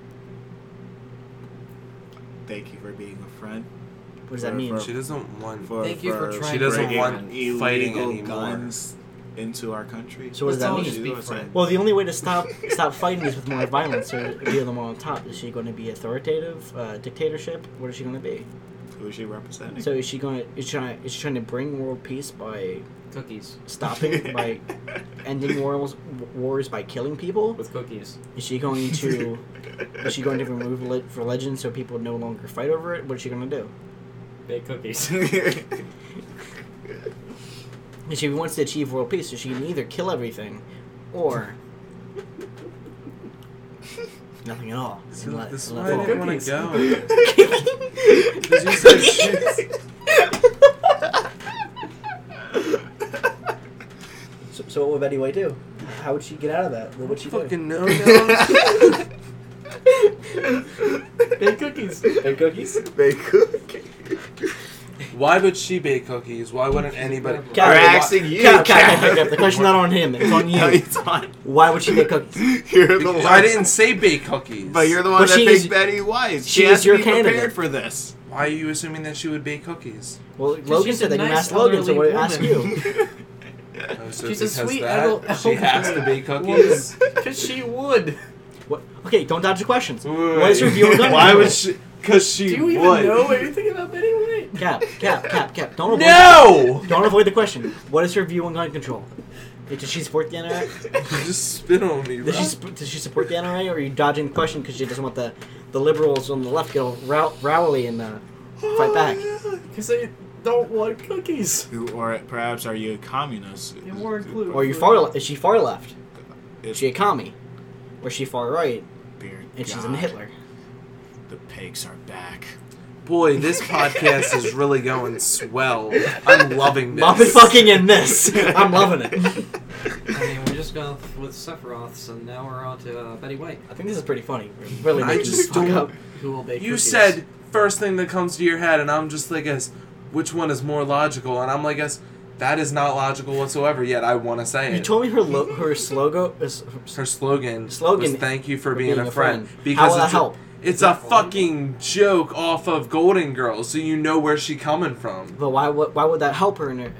[SPEAKER 3] Thank you for being a friend.
[SPEAKER 2] What does that
[SPEAKER 3] For-
[SPEAKER 2] mean?
[SPEAKER 3] for-
[SPEAKER 1] She doesn't want.
[SPEAKER 3] For,
[SPEAKER 5] Thank you for trying
[SPEAKER 1] She doesn't
[SPEAKER 3] bringing
[SPEAKER 1] want
[SPEAKER 3] illegal
[SPEAKER 1] fighting anymore.
[SPEAKER 3] guns into our country.
[SPEAKER 2] So what does that
[SPEAKER 5] Let's all
[SPEAKER 2] mean?
[SPEAKER 5] just be
[SPEAKER 3] What's that?
[SPEAKER 5] friends.
[SPEAKER 2] Well, the only way to stop stop fighting is with more violence or be the more on top. Is she going to be authoritative, uh, dictatorship? What is she going to be?
[SPEAKER 3] Who is she representing?
[SPEAKER 2] So is she going to is she trying is she trying to bring world peace by
[SPEAKER 5] Cookies
[SPEAKER 2] stopping by ending wars wars by killing people?
[SPEAKER 5] with cookies.
[SPEAKER 2] Is she going to is she going to remove le- religion so people no longer fight over it? What is she going to do?
[SPEAKER 5] Big cookies.
[SPEAKER 2] And she wants to achieve world peace, so she can either kill everything or nothing at all.
[SPEAKER 1] This
[SPEAKER 2] And
[SPEAKER 1] is-
[SPEAKER 2] let-
[SPEAKER 1] this is
[SPEAKER 2] let
[SPEAKER 1] why I
[SPEAKER 2] it fall.
[SPEAKER 1] didn't want
[SPEAKER 5] Cookies.
[SPEAKER 1] to go.
[SPEAKER 2] Cookies.
[SPEAKER 1] Because you said shit.
[SPEAKER 2] Betty White do? How would she get out of that? What would she do?
[SPEAKER 1] Fucking no, no.
[SPEAKER 5] Bake cookies.
[SPEAKER 2] Bake cookies?
[SPEAKER 3] They cook.
[SPEAKER 1] Why would she bake cookies? Why wouldn't anybody?
[SPEAKER 2] Cal-
[SPEAKER 3] We're
[SPEAKER 2] Why-
[SPEAKER 3] asking you.
[SPEAKER 2] Cal- Cal-
[SPEAKER 3] Cal.
[SPEAKER 2] Cal- Cal- the question's not on him. It's on
[SPEAKER 3] No,
[SPEAKER 2] you.
[SPEAKER 3] it's on.
[SPEAKER 2] Why would she make cookies?
[SPEAKER 3] You're the
[SPEAKER 1] Why-
[SPEAKER 3] one.
[SPEAKER 1] I didn't say bake cookies.
[SPEAKER 3] But you're the
[SPEAKER 2] But
[SPEAKER 3] one that
[SPEAKER 2] she
[SPEAKER 3] picked
[SPEAKER 2] is-
[SPEAKER 3] Betty White.
[SPEAKER 2] she
[SPEAKER 3] She, has
[SPEAKER 2] is
[SPEAKER 3] to
[SPEAKER 2] your
[SPEAKER 3] be
[SPEAKER 2] candidate.
[SPEAKER 3] prepared for this.
[SPEAKER 1] Why are you assuming that she would bake cookies?
[SPEAKER 2] Well, Logan
[SPEAKER 5] she's
[SPEAKER 2] said
[SPEAKER 5] a
[SPEAKER 2] that. You
[SPEAKER 5] nice
[SPEAKER 2] asked Logan, so
[SPEAKER 5] elderly
[SPEAKER 2] what did I ask
[SPEAKER 5] woman.
[SPEAKER 2] you?
[SPEAKER 1] Oh, so
[SPEAKER 5] She's a
[SPEAKER 1] because
[SPEAKER 5] sweet
[SPEAKER 1] that,
[SPEAKER 5] adult-
[SPEAKER 1] She has to bake cookies.
[SPEAKER 5] Because she would.
[SPEAKER 2] What? Okay, don't dodge the questions.
[SPEAKER 1] Wait.
[SPEAKER 2] What is your view on gun
[SPEAKER 1] Why
[SPEAKER 2] control?
[SPEAKER 1] would she? Because she
[SPEAKER 5] Do you even
[SPEAKER 1] would.
[SPEAKER 5] know anything about Betty White?
[SPEAKER 2] Cap, cap, cap, cap. Don't avoid.
[SPEAKER 1] No.
[SPEAKER 2] Don't avoid the question. What is her view on gun control? Does she support the NRA?
[SPEAKER 1] You just spit on me, bro.
[SPEAKER 2] Does she, sp- does she support the NRA, or are you dodging the question because she doesn't want the, the liberals on the left to get all row- rowdy and uh, fight back?
[SPEAKER 5] Because they don't want cookies.
[SPEAKER 3] Or perhaps are you a communist?
[SPEAKER 5] And more glue.
[SPEAKER 2] Or are you far? Le- is she far left?
[SPEAKER 3] It's
[SPEAKER 2] Is she a commie? Or is she far right?
[SPEAKER 3] dear
[SPEAKER 2] And she's in
[SPEAKER 3] God,
[SPEAKER 2] Hitler.
[SPEAKER 3] The pigs are back.
[SPEAKER 1] Boy, this podcast is really going swell. I'm loving this.
[SPEAKER 2] Motherfucking in this. I'm loving it.
[SPEAKER 5] I mean, we just got off with Sephiroth, and now we're on to uh, Betty White,
[SPEAKER 2] I think this is pretty funny. We're Really,
[SPEAKER 1] I
[SPEAKER 2] making
[SPEAKER 1] just
[SPEAKER 2] fuck
[SPEAKER 1] don't-
[SPEAKER 2] up.
[SPEAKER 5] who will bake
[SPEAKER 1] You
[SPEAKER 5] cookies.
[SPEAKER 1] said first thing that comes to your head, and I'm just like, as which one is more logical? And I'm like, as that is not logical whatsoever. Yet I want to say
[SPEAKER 2] You
[SPEAKER 1] it.
[SPEAKER 2] told me her lo- her slogan is
[SPEAKER 1] Her slogan,
[SPEAKER 2] Slogan
[SPEAKER 1] was "Thank you for
[SPEAKER 2] for
[SPEAKER 1] being,
[SPEAKER 2] being
[SPEAKER 1] a
[SPEAKER 2] a
[SPEAKER 1] friend."
[SPEAKER 2] friend. How
[SPEAKER 1] Because
[SPEAKER 2] will
[SPEAKER 1] it's
[SPEAKER 2] that help?
[SPEAKER 1] A, it's a fucking joke off of Golden Girls, so you know where she coming from.
[SPEAKER 2] But why would why would that help her? In her?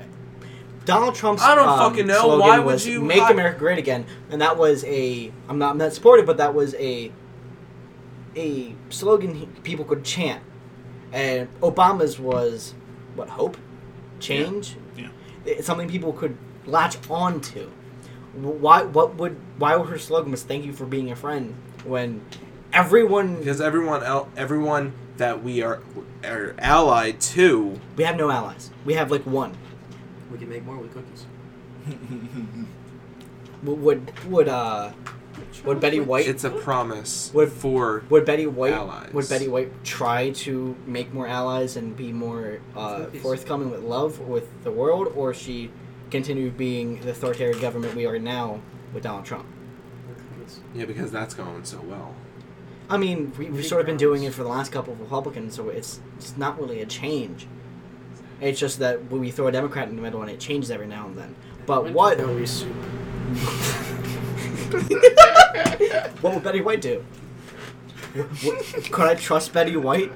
[SPEAKER 2] Donald Trump's
[SPEAKER 1] I don't
[SPEAKER 2] um,
[SPEAKER 1] fucking know.
[SPEAKER 2] slogan
[SPEAKER 1] Why would
[SPEAKER 2] was,
[SPEAKER 1] you-
[SPEAKER 2] make
[SPEAKER 1] I-
[SPEAKER 2] America great again? And that was a I'm not I'm not supportive, but that was a a slogan he- people could chant. And Obama's was what hope, change,
[SPEAKER 3] Yeah.
[SPEAKER 2] It's something people could latch on to. Wh- Why what would why would her slogan was thank you for being a friend when everyone
[SPEAKER 1] Because everyone, el- everyone that we are are allied to,
[SPEAKER 2] we have no allies we have like one
[SPEAKER 5] we can make more with cookies.
[SPEAKER 2] W- would would uh would Betty White
[SPEAKER 1] it's a promise
[SPEAKER 2] What-
[SPEAKER 1] for
[SPEAKER 2] Would Betty White
[SPEAKER 1] Allies.
[SPEAKER 2] would Betty White try to make more allies and be more uh,
[SPEAKER 5] Cookies.
[SPEAKER 2] forthcoming with love with the world, or she continue being the authoritarian government we are now with Donald Trump?
[SPEAKER 5] More cookies.
[SPEAKER 1] yeah, because that's going so well.
[SPEAKER 2] I mean, we, we've
[SPEAKER 5] Big
[SPEAKER 2] sort of been
[SPEAKER 5] brownies.
[SPEAKER 2] doing it for the last couple of Republicans, so it's it's not really a change. It's just that we throw a Democrat in the middle and it changes every now and then. But
[SPEAKER 5] Winter
[SPEAKER 2] what
[SPEAKER 5] berry soup.
[SPEAKER 2] what would Betty White do? What, could I trust Betty White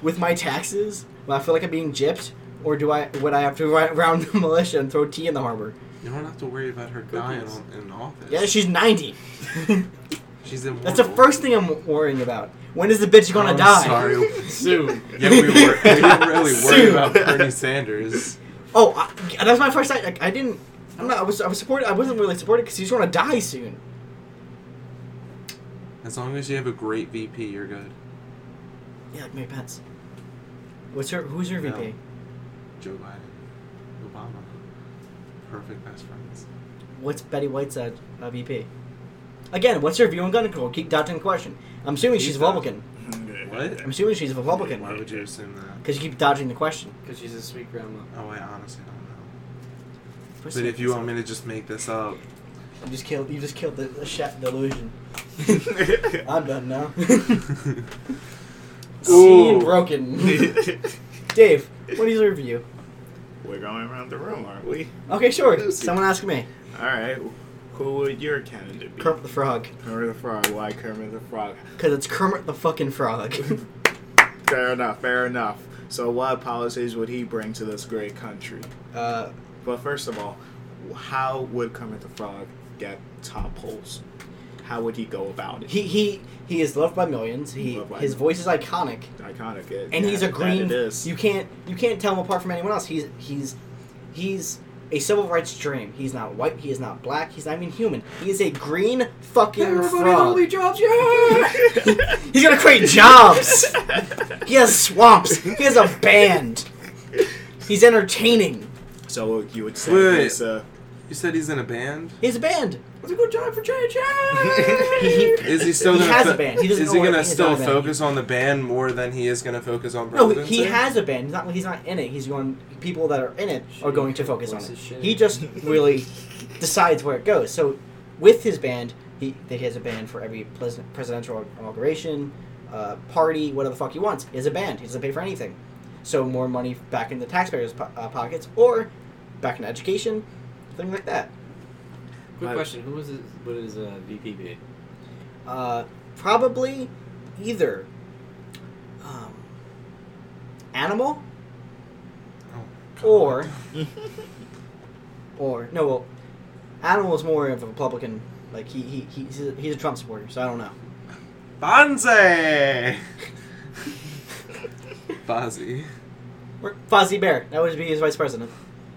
[SPEAKER 2] with my taxes? When I feel like I'm being gypped, or do I would I have to ri- round the militia and throw tea in the harbor?
[SPEAKER 1] You don't have to worry about her dying
[SPEAKER 5] Cookies.
[SPEAKER 1] on, in office.
[SPEAKER 2] Yeah, she's ninety.
[SPEAKER 1] she's in.
[SPEAKER 2] That's the first thing I'm worrying about. When is the bitch gonna die?
[SPEAKER 1] Sorry.
[SPEAKER 5] Soup.
[SPEAKER 1] Yeah, we, were, we didn't really worry
[SPEAKER 2] Soon.
[SPEAKER 1] about Bernie Sanders.
[SPEAKER 2] Oh, I, that's my first. I, I didn't. I'm not. I was. I was supported. I wasn't really supported because he's gonna die soon.
[SPEAKER 1] As long as you have a great VP, you're good.
[SPEAKER 2] Yeah, like Mary Pence. What's her? Who's her
[SPEAKER 1] No.
[SPEAKER 2] VP?
[SPEAKER 1] Joe Biden, Obama, perfect best friends.
[SPEAKER 2] What's Betty White's uh, uh, VP? Again, what's her view on gun control? Keep dodging the question. I'm assuming she's
[SPEAKER 1] Keep
[SPEAKER 2] a
[SPEAKER 1] dodging.
[SPEAKER 2] Republican.
[SPEAKER 1] What?
[SPEAKER 2] I'm assuming she's a Republican.
[SPEAKER 1] Why would you assume that?
[SPEAKER 2] Because you keep dodging the question.
[SPEAKER 5] Because she's a sweet grandma.
[SPEAKER 1] Oh, I honestly don't know.
[SPEAKER 2] Pussy.
[SPEAKER 1] But if you want me to just make this up,
[SPEAKER 2] you just killed, you just killed the, the shat delusion. I'm done now. Scene
[SPEAKER 1] Ooh.
[SPEAKER 2] broken. Dave, what is your view?
[SPEAKER 3] We're going around the room, aren't we?
[SPEAKER 2] Okay, sure.
[SPEAKER 3] Let's see.
[SPEAKER 2] Someone ask me.
[SPEAKER 3] All right. Who would your candidate be?
[SPEAKER 2] Kermit the Frog,
[SPEAKER 3] Kermit the Frog. Why Kermit the Frog?
[SPEAKER 2] because it's Kermit the fucking Frog.
[SPEAKER 3] Fair enough. Fair enough. So, what policies would he bring to this great country?
[SPEAKER 2] uh,
[SPEAKER 3] But first of all, how would Kermit the Frog get top holes? How would he go about it?
[SPEAKER 2] he he he is loved by millions. He
[SPEAKER 3] Loved by
[SPEAKER 2] his
[SPEAKER 3] millions.
[SPEAKER 2] voice is iconic,
[SPEAKER 3] iconic. It,
[SPEAKER 2] and
[SPEAKER 3] yeah,
[SPEAKER 2] he's a
[SPEAKER 3] that
[SPEAKER 2] green.
[SPEAKER 3] It is.
[SPEAKER 2] You can't you can't tell him apart from anyone else. He's he's he's a civil rights dream. He's not white. He is not black. He's not even human. He is a green fucking frog.
[SPEAKER 5] jobs, yeah!
[SPEAKER 2] He's gonna create jobs. he has swamps. He has a band. He's entertaining.
[SPEAKER 3] so you would say
[SPEAKER 1] Wait.
[SPEAKER 3] he's a
[SPEAKER 1] you said he's in a band.
[SPEAKER 2] He has a band.
[SPEAKER 5] Let's go job for change,
[SPEAKER 2] He- he-
[SPEAKER 1] Is he still
[SPEAKER 2] He
[SPEAKER 1] gonna?
[SPEAKER 2] has
[SPEAKER 1] fo-
[SPEAKER 2] a band. He doesn't
[SPEAKER 1] is
[SPEAKER 2] know
[SPEAKER 1] he
[SPEAKER 2] what-
[SPEAKER 1] gonna
[SPEAKER 2] he has
[SPEAKER 1] still
[SPEAKER 2] not a band.
[SPEAKER 1] focus on the band more than he is gonna focus on
[SPEAKER 2] No,
[SPEAKER 1] presidency?
[SPEAKER 2] he has a band. He's not. He's not in it. He's going. People that are in it are going to focus on it. He just really decides where it goes. So, with his band, he that he has a band for every pres- presidential inauguration, uh, party, whatever the fuck he wants. He has a band. He doesn't pay for anything. So more money back in the taxpayers' po- uh, pockets or back in education, things like that.
[SPEAKER 5] Quick
[SPEAKER 3] I-
[SPEAKER 5] question: Who was his, what is uh, VP be?
[SPEAKER 2] Uh, probably either um, animal or or no well animal is more of a republican like he, he he's, a, he's a trump supporter so i don't know
[SPEAKER 3] Bonze!
[SPEAKER 1] Fozzie.
[SPEAKER 2] or fozzie bear that would be his vice president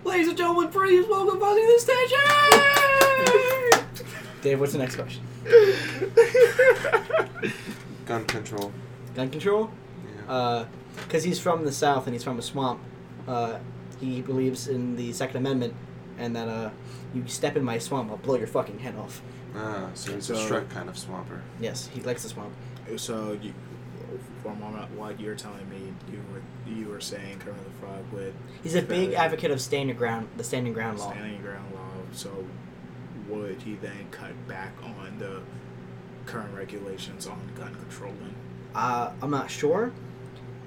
[SPEAKER 5] Ladies and gentlemen, please welcome Fozzie to the station.
[SPEAKER 2] dave what's the next question
[SPEAKER 1] Gun control.
[SPEAKER 2] gun control
[SPEAKER 1] Yeah.
[SPEAKER 2] because Uh, he's from the South and he's from a swamp. Uh, he believes in the Second Amendment and that uh, you step in my swamp, I'll blow your fucking head off.
[SPEAKER 1] ah, so he's a
[SPEAKER 3] So-
[SPEAKER 1] Shrek kind of swamper.
[SPEAKER 2] Yes, he likes the swamp.
[SPEAKER 3] So you, for a moment, what you're telling me, you were you were saying Kermit the Frog with
[SPEAKER 2] He's a big advocate of stand your ground, the standing ground law.
[SPEAKER 3] standing ground law. So would he then cut back on the current regulations on gun controlling?
[SPEAKER 2] Uh, I'm not sure,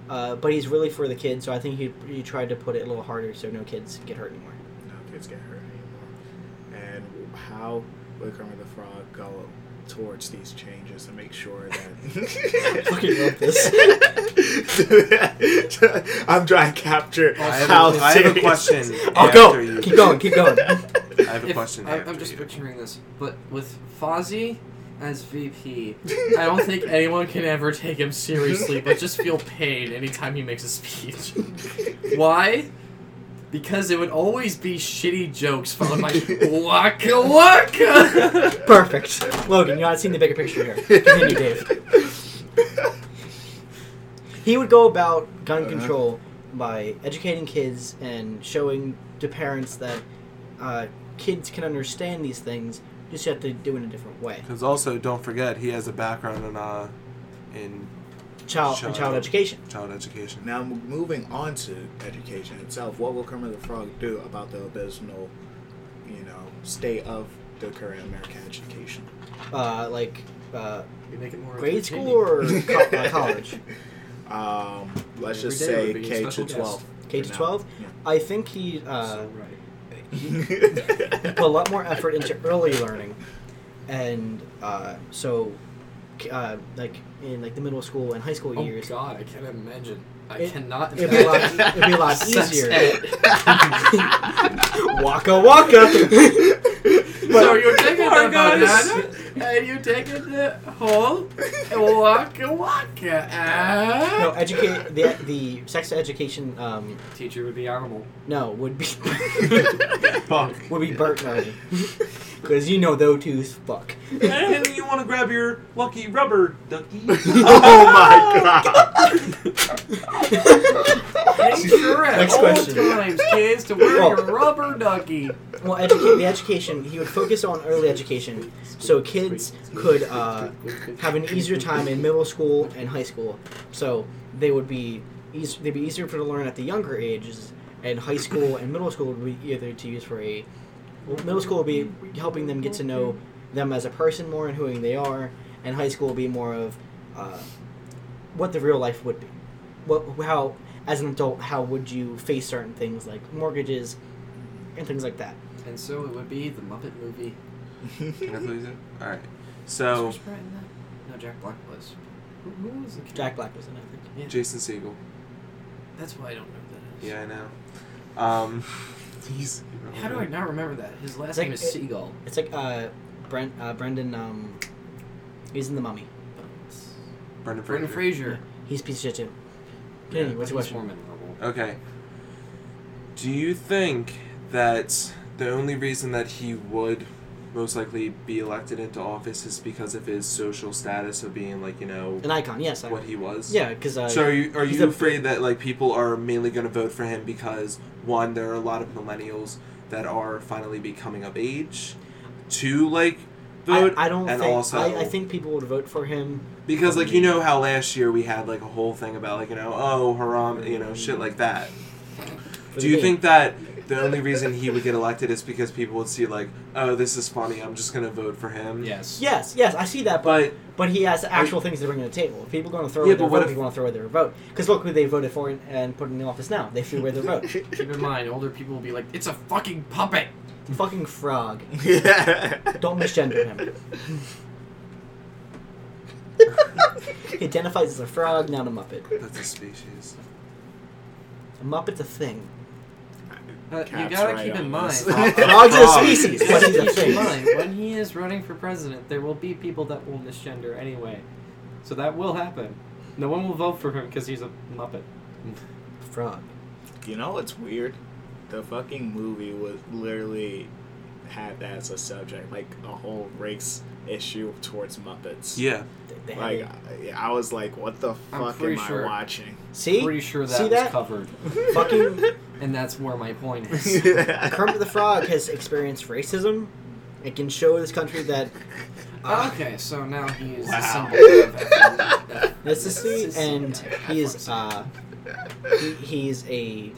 [SPEAKER 2] uh, but he's really for the kids, so I think he, he tried to put it a little harder so no kids get hurt anymore.
[SPEAKER 3] No kids get hurt anymore. And how would Kermit the Frog go towards these changes to make sure that?
[SPEAKER 2] fucking love this.
[SPEAKER 3] I'm trying to capture
[SPEAKER 1] I have,
[SPEAKER 3] how
[SPEAKER 1] a, I have a
[SPEAKER 3] serious-
[SPEAKER 1] question.
[SPEAKER 2] I'll go.
[SPEAKER 1] after you-
[SPEAKER 2] Keep going. Keep going.
[SPEAKER 1] I have a
[SPEAKER 5] If-
[SPEAKER 1] question.
[SPEAKER 5] I,
[SPEAKER 1] after
[SPEAKER 5] I'm just
[SPEAKER 1] you.
[SPEAKER 5] picturing this, but with Fozzie as VP, I don't think anyone can ever take him seriously, but just feel pain anytime he makes a speech. Why? Because it would always be shitty jokes followed by waka waka.
[SPEAKER 2] Perfect. Logan, you're not seeing the bigger picture here. Continue, Dave. He would go about gun
[SPEAKER 3] Uh-huh.
[SPEAKER 2] control by educating kids and showing to parents that uh, kids can understand these things, just have to do it in a different way.
[SPEAKER 1] Because also, don't forget, he has a background in uh, in
[SPEAKER 2] Child,
[SPEAKER 1] Child.
[SPEAKER 2] child. child education.
[SPEAKER 1] child education.
[SPEAKER 3] Now, m- moving on to education itself, what will Kermit the Frog do about the abysmal, you know, state of the current American education?
[SPEAKER 2] Uh, like uh,
[SPEAKER 5] You make it more
[SPEAKER 2] grade
[SPEAKER 5] entertaining.
[SPEAKER 2] school or co- uh, college?
[SPEAKER 3] Um, let's
[SPEAKER 5] Every
[SPEAKER 3] just
[SPEAKER 5] day
[SPEAKER 3] say
[SPEAKER 5] would be
[SPEAKER 3] K
[SPEAKER 5] a
[SPEAKER 3] to
[SPEAKER 5] special
[SPEAKER 3] twelve.
[SPEAKER 2] K
[SPEAKER 3] for
[SPEAKER 2] to
[SPEAKER 3] now.
[SPEAKER 2] 12? I think he uh,
[SPEAKER 5] So right.
[SPEAKER 3] Yeah.
[SPEAKER 2] put a lot more effort into early learning, and uh, so, uh, like in like the middle school and high school
[SPEAKER 5] Oh
[SPEAKER 2] years,
[SPEAKER 5] God, I can't imagine. I
[SPEAKER 2] It-
[SPEAKER 5] cannot.
[SPEAKER 2] it'd be a lot,
[SPEAKER 5] imagine.
[SPEAKER 2] it'd be a lot
[SPEAKER 5] Sex
[SPEAKER 2] easier.
[SPEAKER 5] ed.
[SPEAKER 2] waka waka.
[SPEAKER 5] so you take
[SPEAKER 1] Oh
[SPEAKER 5] a
[SPEAKER 1] my God,
[SPEAKER 5] banana and you take it the whole and waka waka. Ah.
[SPEAKER 2] no, educate the the sex education. Um,
[SPEAKER 5] Teacher would be animal.
[SPEAKER 2] no, would be
[SPEAKER 1] Fuck.
[SPEAKER 2] would be Bert Murray, because you know those two's fuck.
[SPEAKER 1] and you want to grab your lucky rubber ducky.
[SPEAKER 3] oh my god!
[SPEAKER 5] Make sure at
[SPEAKER 2] Next
[SPEAKER 5] all
[SPEAKER 2] question. Oh.
[SPEAKER 5] times, kids, to wear
[SPEAKER 2] Well-
[SPEAKER 5] your rubber ducky.
[SPEAKER 2] Well, educate the education. He would focus on early education, so kids could. Uh, have an easier time in middle school and high school. So they would be eas- they'd be easier for to learn at the younger ages, and high school and middle school would be either to use for a well, middle school would be helping them get to know them as a person more and who they are, and high school would be more of uh, what the real life would be. What how as an adult how would you face certain things like mortgages and things like that.
[SPEAKER 5] And so it would be the Muppet movie.
[SPEAKER 1] Can I please it? All right. So
[SPEAKER 5] Chris Pratt in that? No, Jack Black was. Who, who was the kid?
[SPEAKER 2] Jack Black was in, I think.
[SPEAKER 5] Yeah,
[SPEAKER 1] Jason Siegel.
[SPEAKER 5] that's why I don't know who that is.
[SPEAKER 1] Yeah, I know. Um, he's.
[SPEAKER 5] How do I not remember that? His last
[SPEAKER 2] It's like-
[SPEAKER 5] name is Seagull.
[SPEAKER 2] It's like uh, Brent uh, Brendan um, he's in the Mummy.
[SPEAKER 5] but it's-
[SPEAKER 1] Brendan
[SPEAKER 5] Brendan
[SPEAKER 1] Fraser.
[SPEAKER 5] Fraser.
[SPEAKER 2] He's a piece of shit too.
[SPEAKER 5] Yeah,
[SPEAKER 2] Anyway, what's
[SPEAKER 5] but
[SPEAKER 2] your
[SPEAKER 5] he's
[SPEAKER 2] question?
[SPEAKER 5] more memorable.
[SPEAKER 1] Okay. Do you think that the only reason that he would most likely be elected into office is because of his social status of being like you know
[SPEAKER 2] An icon, yes. I,
[SPEAKER 1] what he was?
[SPEAKER 2] yeah, because uh,
[SPEAKER 1] So are you are
[SPEAKER 2] he's
[SPEAKER 1] you
[SPEAKER 2] a-
[SPEAKER 1] afraid that like people are mainly going to vote for him because one there are a lot of millennials that are finally becoming of age, to like vote
[SPEAKER 2] I, I don't
[SPEAKER 1] and
[SPEAKER 2] think
[SPEAKER 1] also
[SPEAKER 2] I, I think people would vote for him.
[SPEAKER 1] because like you know how last year we had like a whole thing about like you know oh haram you know shit like that.
[SPEAKER 2] for the
[SPEAKER 1] Do you
[SPEAKER 2] game.
[SPEAKER 1] think that the only reason he would get elected is because people would see like, oh, this is funny. I'm just gonna vote for him.
[SPEAKER 5] Yes.
[SPEAKER 2] Yes, yes, I see that, but
[SPEAKER 1] But
[SPEAKER 2] but he has actual things to bring to the table. If people going to throw
[SPEAKER 1] Yeah,
[SPEAKER 2] away their
[SPEAKER 1] but what
[SPEAKER 2] vote,
[SPEAKER 1] if-
[SPEAKER 2] people want to throw away their vote. Because look who they voted for and, and put in the office now. They threw away their vote.
[SPEAKER 5] Keep in mind, older people will be like, "It's a fucking puppet."
[SPEAKER 2] Fucking frog.
[SPEAKER 3] Don't
[SPEAKER 2] Don't misgender him. He identifies as a frog, not a muppet.
[SPEAKER 1] that's a species.
[SPEAKER 2] A muppet's a thing.
[SPEAKER 5] But Uh, you
[SPEAKER 3] Cat's
[SPEAKER 5] gotta
[SPEAKER 3] right
[SPEAKER 5] keep in
[SPEAKER 3] on
[SPEAKER 5] mind.
[SPEAKER 3] this.
[SPEAKER 2] Frogs are
[SPEAKER 3] Frog.
[SPEAKER 2] species,
[SPEAKER 5] You
[SPEAKER 2] but
[SPEAKER 5] gotta
[SPEAKER 2] he's a
[SPEAKER 5] keep in
[SPEAKER 2] thing.
[SPEAKER 5] mind, when he is running for president, there will be people that will misgender anyway, so that will happen. No one will vote for him because he's a muppet.
[SPEAKER 2] Frog.
[SPEAKER 3] You know what's weird? The fucking movie was literally had that as a subject, like a whole race issue towards Muppets.
[SPEAKER 1] Yeah.
[SPEAKER 2] They, they had
[SPEAKER 3] Like
[SPEAKER 2] it.
[SPEAKER 3] I- I was like, what the
[SPEAKER 5] I'm
[SPEAKER 3] fuck
[SPEAKER 5] pretty
[SPEAKER 3] am
[SPEAKER 5] sure-
[SPEAKER 3] I watching?
[SPEAKER 2] see?
[SPEAKER 5] Pretty sure that
[SPEAKER 2] See
[SPEAKER 5] was
[SPEAKER 2] that?
[SPEAKER 5] covered,
[SPEAKER 2] Fucking
[SPEAKER 5] and that's where my point is.
[SPEAKER 2] Kermit the Frog has experienced racism. It can show this country that uh,
[SPEAKER 5] okay, so now he is the
[SPEAKER 3] Wow.
[SPEAKER 5] symbol of
[SPEAKER 2] necessity and he is uh he, he's a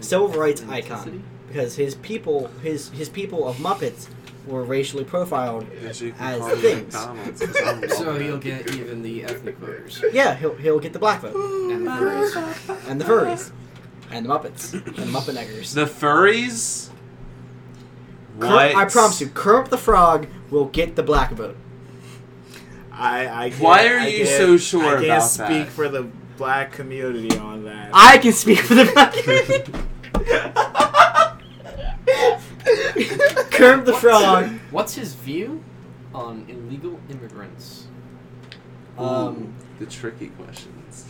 [SPEAKER 2] Civil rights icon. because his people his his people of Muppets were racially profiled.
[SPEAKER 1] As you can
[SPEAKER 2] As
[SPEAKER 1] call me
[SPEAKER 2] things.
[SPEAKER 1] McDonald's, 'cause I'm loving
[SPEAKER 5] So
[SPEAKER 1] it.
[SPEAKER 5] he'll get even the ethnic voters.
[SPEAKER 2] Yeah, he'll he'll get the black vote
[SPEAKER 5] And the furries.
[SPEAKER 2] and the furries and the Muppets and the Muppet Neggers.
[SPEAKER 1] The furries.
[SPEAKER 2] Kerm-
[SPEAKER 1] What?
[SPEAKER 2] I promise you, Kermit the Frog will get the black vote.
[SPEAKER 3] I, I can't-
[SPEAKER 1] Why are
[SPEAKER 3] I
[SPEAKER 1] you
[SPEAKER 3] can't-
[SPEAKER 1] so sure
[SPEAKER 3] I can't
[SPEAKER 1] about
[SPEAKER 3] speak
[SPEAKER 1] that?
[SPEAKER 3] for the black community on that.
[SPEAKER 2] I can speak for the black community. Kermit the
[SPEAKER 5] What's-
[SPEAKER 2] Frog.
[SPEAKER 5] What's his view on illegal immigrants?
[SPEAKER 1] Ooh,
[SPEAKER 2] Um,
[SPEAKER 1] the tricky questions.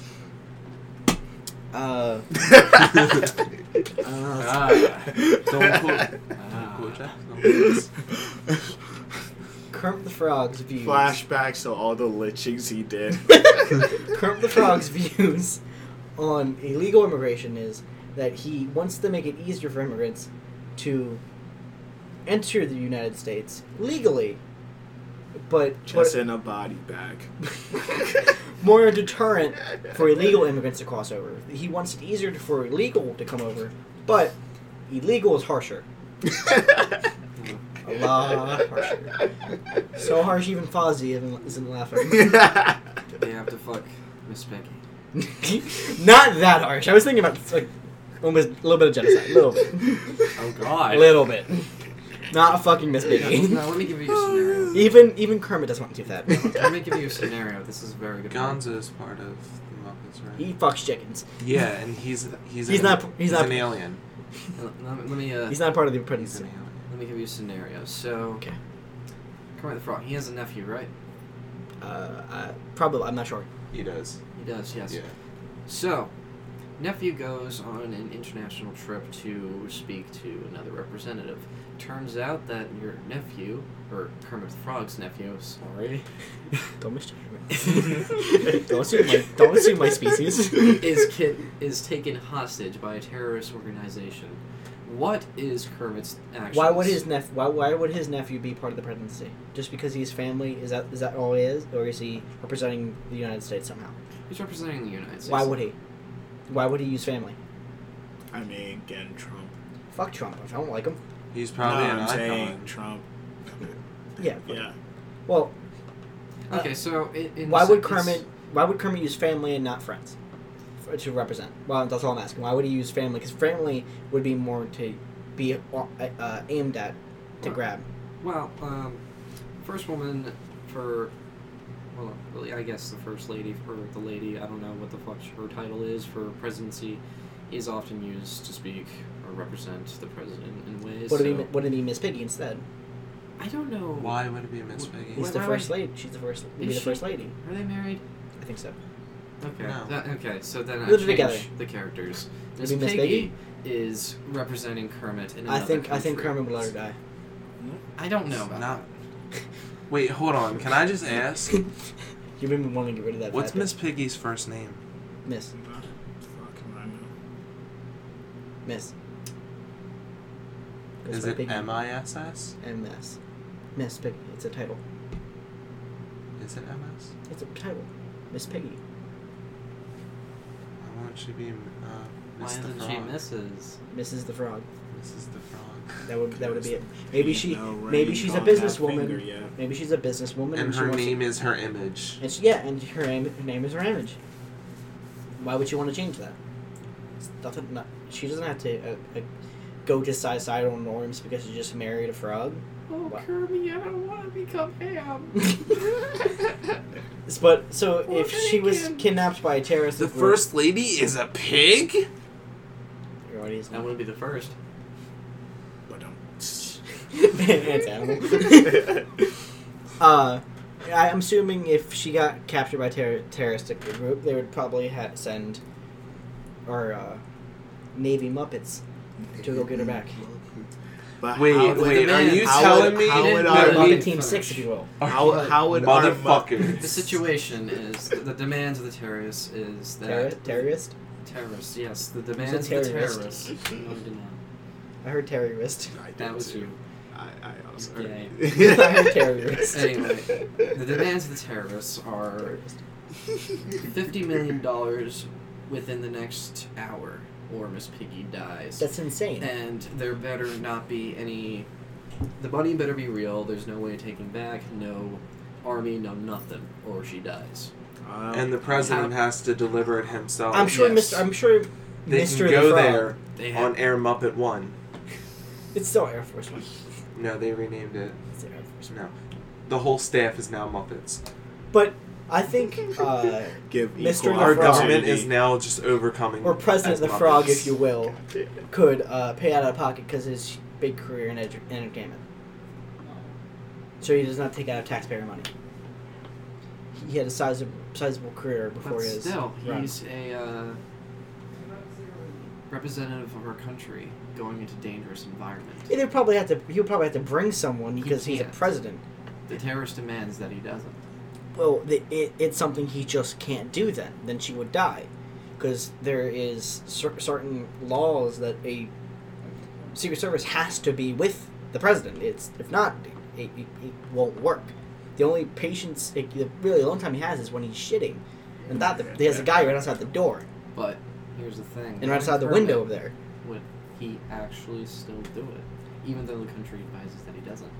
[SPEAKER 2] uh, I don't know. it's-
[SPEAKER 5] Ah,
[SPEAKER 1] Don't quote. Don't quote Jack. Don't quote us.
[SPEAKER 2] Kermit the Frog's views.
[SPEAKER 3] Flashbacks to all the lynchings he did.
[SPEAKER 2] Kermit the Frog's views on illegal immigration is that he wants to make it easier for immigrants to enter the United States legally, but,
[SPEAKER 3] Just
[SPEAKER 2] but
[SPEAKER 3] in a body bag.
[SPEAKER 2] more a deterrent for illegal immigrants to cross over. He wants it easier for illegal to come over, but illegal is harsher. A lot harsher. So harsh even Fozzie isn't- isn't laughing.
[SPEAKER 5] they have to fuck Miss Peggy.
[SPEAKER 2] Not that harsh. I was thinking about like almost a little bit of genocide, a little bit,
[SPEAKER 5] Oh
[SPEAKER 2] a
[SPEAKER 5] God.
[SPEAKER 2] little bit. Not fucking Miss Piggy.
[SPEAKER 5] now let me give you a scenario.
[SPEAKER 2] even even Kermit doesn't want to do that.
[SPEAKER 5] Let me give you a scenario. This is a very good. one.
[SPEAKER 1] Gonzo's part of the Muppets, right?
[SPEAKER 2] He fucks chickens.
[SPEAKER 1] yeah, and he's he's
[SPEAKER 2] He's
[SPEAKER 1] an-
[SPEAKER 2] not- he's not-
[SPEAKER 1] an alien.
[SPEAKER 5] Uh, Let me let me, uh,
[SPEAKER 2] He's not part of the
[SPEAKER 1] He's
[SPEAKER 2] apprentice.
[SPEAKER 1] an alien.
[SPEAKER 5] let me give you a scenario. So,
[SPEAKER 2] Okay.
[SPEAKER 5] Kermit the Frog. He has a nephew, right?
[SPEAKER 2] Uh, uh, probably I'm not sure.
[SPEAKER 1] He does.
[SPEAKER 5] He does. Yes.
[SPEAKER 1] Yeah.
[SPEAKER 5] So, nephew goes on an international trip to speak to another representative. Turns out that your nephew, or Kermit the Frog's nephew, sorry,
[SPEAKER 2] Don't miss chickens. don't assume my don't assume my species.
[SPEAKER 5] is kid is taken hostage by a terrorist organization. What is Kermit's actions?
[SPEAKER 2] Why would his nephew? Why, why would his nephew be part of the presidency? Just because he's family? Is that is that all he is, or is he representing the United States somehow?
[SPEAKER 5] He's representing the United States.
[SPEAKER 2] Why would he? Why would he use family?
[SPEAKER 3] I mean, again, Trump.
[SPEAKER 2] Fuck Trump. I don't like him.
[SPEAKER 1] He's probably
[SPEAKER 3] no,
[SPEAKER 1] an
[SPEAKER 3] I'm
[SPEAKER 1] icon.
[SPEAKER 3] saying Trump.
[SPEAKER 2] Yeah.
[SPEAKER 3] Yeah.
[SPEAKER 2] Well,
[SPEAKER 5] Okay, so in, in
[SPEAKER 2] why
[SPEAKER 5] this-
[SPEAKER 2] would
[SPEAKER 5] it's-
[SPEAKER 2] Kermit? Why would Kermit use family and not friends for, to represent? Well, that's all I'm asking. Why would he use family? Because family would be more to be uh, uh, aimed at to
[SPEAKER 5] Huh.
[SPEAKER 2] grab.
[SPEAKER 5] Well, um, first woman for, well, really, I guess the first lady for the lady. I don't know what the fuck her title is for presidency, is often used to speak or represent the president in ways.
[SPEAKER 2] Would it
[SPEAKER 5] so-
[SPEAKER 2] be Would it be Miss Piggy instead?
[SPEAKER 5] I don't know.
[SPEAKER 1] Why would it be Miss
[SPEAKER 5] Wh-
[SPEAKER 1] Piggy?
[SPEAKER 2] He's
[SPEAKER 5] Wait,
[SPEAKER 2] the
[SPEAKER 5] wait,
[SPEAKER 2] first lady. She's the first. Would be
[SPEAKER 5] Is
[SPEAKER 2] the
[SPEAKER 5] she?
[SPEAKER 2] first lady.
[SPEAKER 5] are they married?
[SPEAKER 2] I think so.
[SPEAKER 5] Okay.
[SPEAKER 1] No.
[SPEAKER 5] that- okay. So then I
[SPEAKER 2] They're
[SPEAKER 5] change
[SPEAKER 2] together.
[SPEAKER 5] the characters. Miss
[SPEAKER 2] mean Miss
[SPEAKER 5] Piggy,
[SPEAKER 2] Piggy?
[SPEAKER 5] is representing Kermit in
[SPEAKER 2] I
[SPEAKER 5] another
[SPEAKER 2] think I think
[SPEAKER 5] country.
[SPEAKER 2] Kermit would let her die.
[SPEAKER 5] I don't know about
[SPEAKER 1] Not. Wait, hold on. Can I just ask?
[SPEAKER 2] You've been wanting to get rid of that.
[SPEAKER 1] What's
[SPEAKER 2] fat bit.
[SPEAKER 1] Miss Piggy's first name?
[SPEAKER 2] Miss Miss. Goes
[SPEAKER 1] Is
[SPEAKER 2] by
[SPEAKER 1] it
[SPEAKER 2] Piggy
[SPEAKER 1] M I S S?
[SPEAKER 2] and Miss. Miss Piggy. It's a title.
[SPEAKER 1] Is it M S?
[SPEAKER 2] It's a title. Miss Piggy.
[SPEAKER 1] Why won't she be uh,
[SPEAKER 5] Why
[SPEAKER 1] Miss the
[SPEAKER 5] isn't
[SPEAKER 1] Frog?
[SPEAKER 5] she Mrs.
[SPEAKER 2] Mrs. the Frog.
[SPEAKER 1] Mrs. the Frog.
[SPEAKER 2] That would that would be it. Maybe
[SPEAKER 3] Ain't
[SPEAKER 2] she
[SPEAKER 3] no
[SPEAKER 2] maybe
[SPEAKER 3] rain
[SPEAKER 2] she's a
[SPEAKER 3] on that finger
[SPEAKER 2] businesswoman.
[SPEAKER 3] yet.
[SPEAKER 2] Maybe she's a businesswoman.
[SPEAKER 1] And
[SPEAKER 2] she
[SPEAKER 1] her
[SPEAKER 2] wants to-
[SPEAKER 1] name is her image.
[SPEAKER 2] And she, yeah, and her name, her name is her image. Why would you want to change that? It's nothing. No, she doesn't have to uh, uh, go to societal norms because she just married a frog.
[SPEAKER 5] Oh,
[SPEAKER 2] What?
[SPEAKER 5] Kirby, I don't want to become ham.
[SPEAKER 2] But so
[SPEAKER 5] Well,
[SPEAKER 2] if she was
[SPEAKER 5] thank you.
[SPEAKER 2] kidnapped by a terrorist,
[SPEAKER 1] The
[SPEAKER 2] it would-
[SPEAKER 1] first lady is a pig?
[SPEAKER 2] Your audience-
[SPEAKER 5] That wouldn't be the first.
[SPEAKER 3] But um,
[SPEAKER 2] it's animal. uh, I'm assuming if she got captured by terror terroristic group, they would probably ha- send our uh, Navy Muppets to go get her back.
[SPEAKER 3] but
[SPEAKER 1] Wait,
[SPEAKER 3] how would-
[SPEAKER 1] wait,
[SPEAKER 5] man-
[SPEAKER 1] are you
[SPEAKER 3] how
[SPEAKER 1] telling
[SPEAKER 3] would-
[SPEAKER 1] me
[SPEAKER 3] how would
[SPEAKER 5] No,
[SPEAKER 3] our-
[SPEAKER 5] I
[SPEAKER 2] Muppet
[SPEAKER 5] mean-
[SPEAKER 2] Team Six, if you will.
[SPEAKER 3] How, how would our mu-
[SPEAKER 1] motherfucker?
[SPEAKER 5] The situation is the demands of the terrorists is that
[SPEAKER 2] Terror- terrorist.
[SPEAKER 5] terrorists. Yes, the demands of the
[SPEAKER 2] terrorist?
[SPEAKER 5] terrorists. No, you did not.
[SPEAKER 2] I heard terrorist.
[SPEAKER 3] I did
[SPEAKER 5] That was
[SPEAKER 3] too.
[SPEAKER 5] you.
[SPEAKER 3] I, I also
[SPEAKER 5] You're
[SPEAKER 3] heard-
[SPEAKER 2] I heard terrorist.
[SPEAKER 5] Anyway, The demands of the terrorists are
[SPEAKER 2] Terrorist.
[SPEAKER 5] fifty million dollars within the next hour, or Miss Piggy dies.
[SPEAKER 2] That's insane.
[SPEAKER 5] and there better not be any. The money better be real. There's no way of taking back. No army. No nothing. Or she dies.
[SPEAKER 3] Um,
[SPEAKER 1] And the president has to deliver it himself.
[SPEAKER 2] I'm sure,
[SPEAKER 5] oh, yes.
[SPEAKER 2] Mr. I'm sure,
[SPEAKER 1] they
[SPEAKER 2] Mr.
[SPEAKER 1] can
[SPEAKER 2] the
[SPEAKER 1] go
[SPEAKER 2] Frog-
[SPEAKER 1] there
[SPEAKER 5] They have
[SPEAKER 1] on Air Muppet 1.
[SPEAKER 2] It's still Air Force One.
[SPEAKER 1] No, they renamed it.
[SPEAKER 2] It's Air Force One.
[SPEAKER 1] No. The whole staff is now Muppets.
[SPEAKER 2] But I think uh,
[SPEAKER 3] give
[SPEAKER 2] Mr.
[SPEAKER 3] equal
[SPEAKER 2] the
[SPEAKER 1] Our
[SPEAKER 2] Frog.
[SPEAKER 1] government
[SPEAKER 3] opportunity.
[SPEAKER 1] is now just overcoming.
[SPEAKER 2] or President
[SPEAKER 1] as
[SPEAKER 2] the Frog,
[SPEAKER 1] Muppets.
[SPEAKER 2] if you will, could uh, pay out of pocket because his big career in edu- entertainment. So he does not take out of taxpayer money. He had a sizable, sizable career
[SPEAKER 5] But
[SPEAKER 2] before his.
[SPEAKER 5] still,
[SPEAKER 2] run.
[SPEAKER 5] he's a uh, representative of our country going into dangerous environment.
[SPEAKER 2] He would probably have to. He would probably have to bring someone because he's a
[SPEAKER 5] can't.
[SPEAKER 2] president.
[SPEAKER 5] The terrorist demands that he doesn't.
[SPEAKER 2] Well, the, it, it's something he just can't do. Then, then she would die, because there is cer- certain laws that a Secret Service has to be with the president. It's if not, it, it, it won't work. The only patience, it, the really long time he has is when he's shitting, and that the, he has a guy right outside the door
[SPEAKER 5] But here's the thing.
[SPEAKER 2] and right outside the
[SPEAKER 5] Kermit,
[SPEAKER 2] window over there.
[SPEAKER 5] Would he actually still do it, even though the country advises that he doesn't?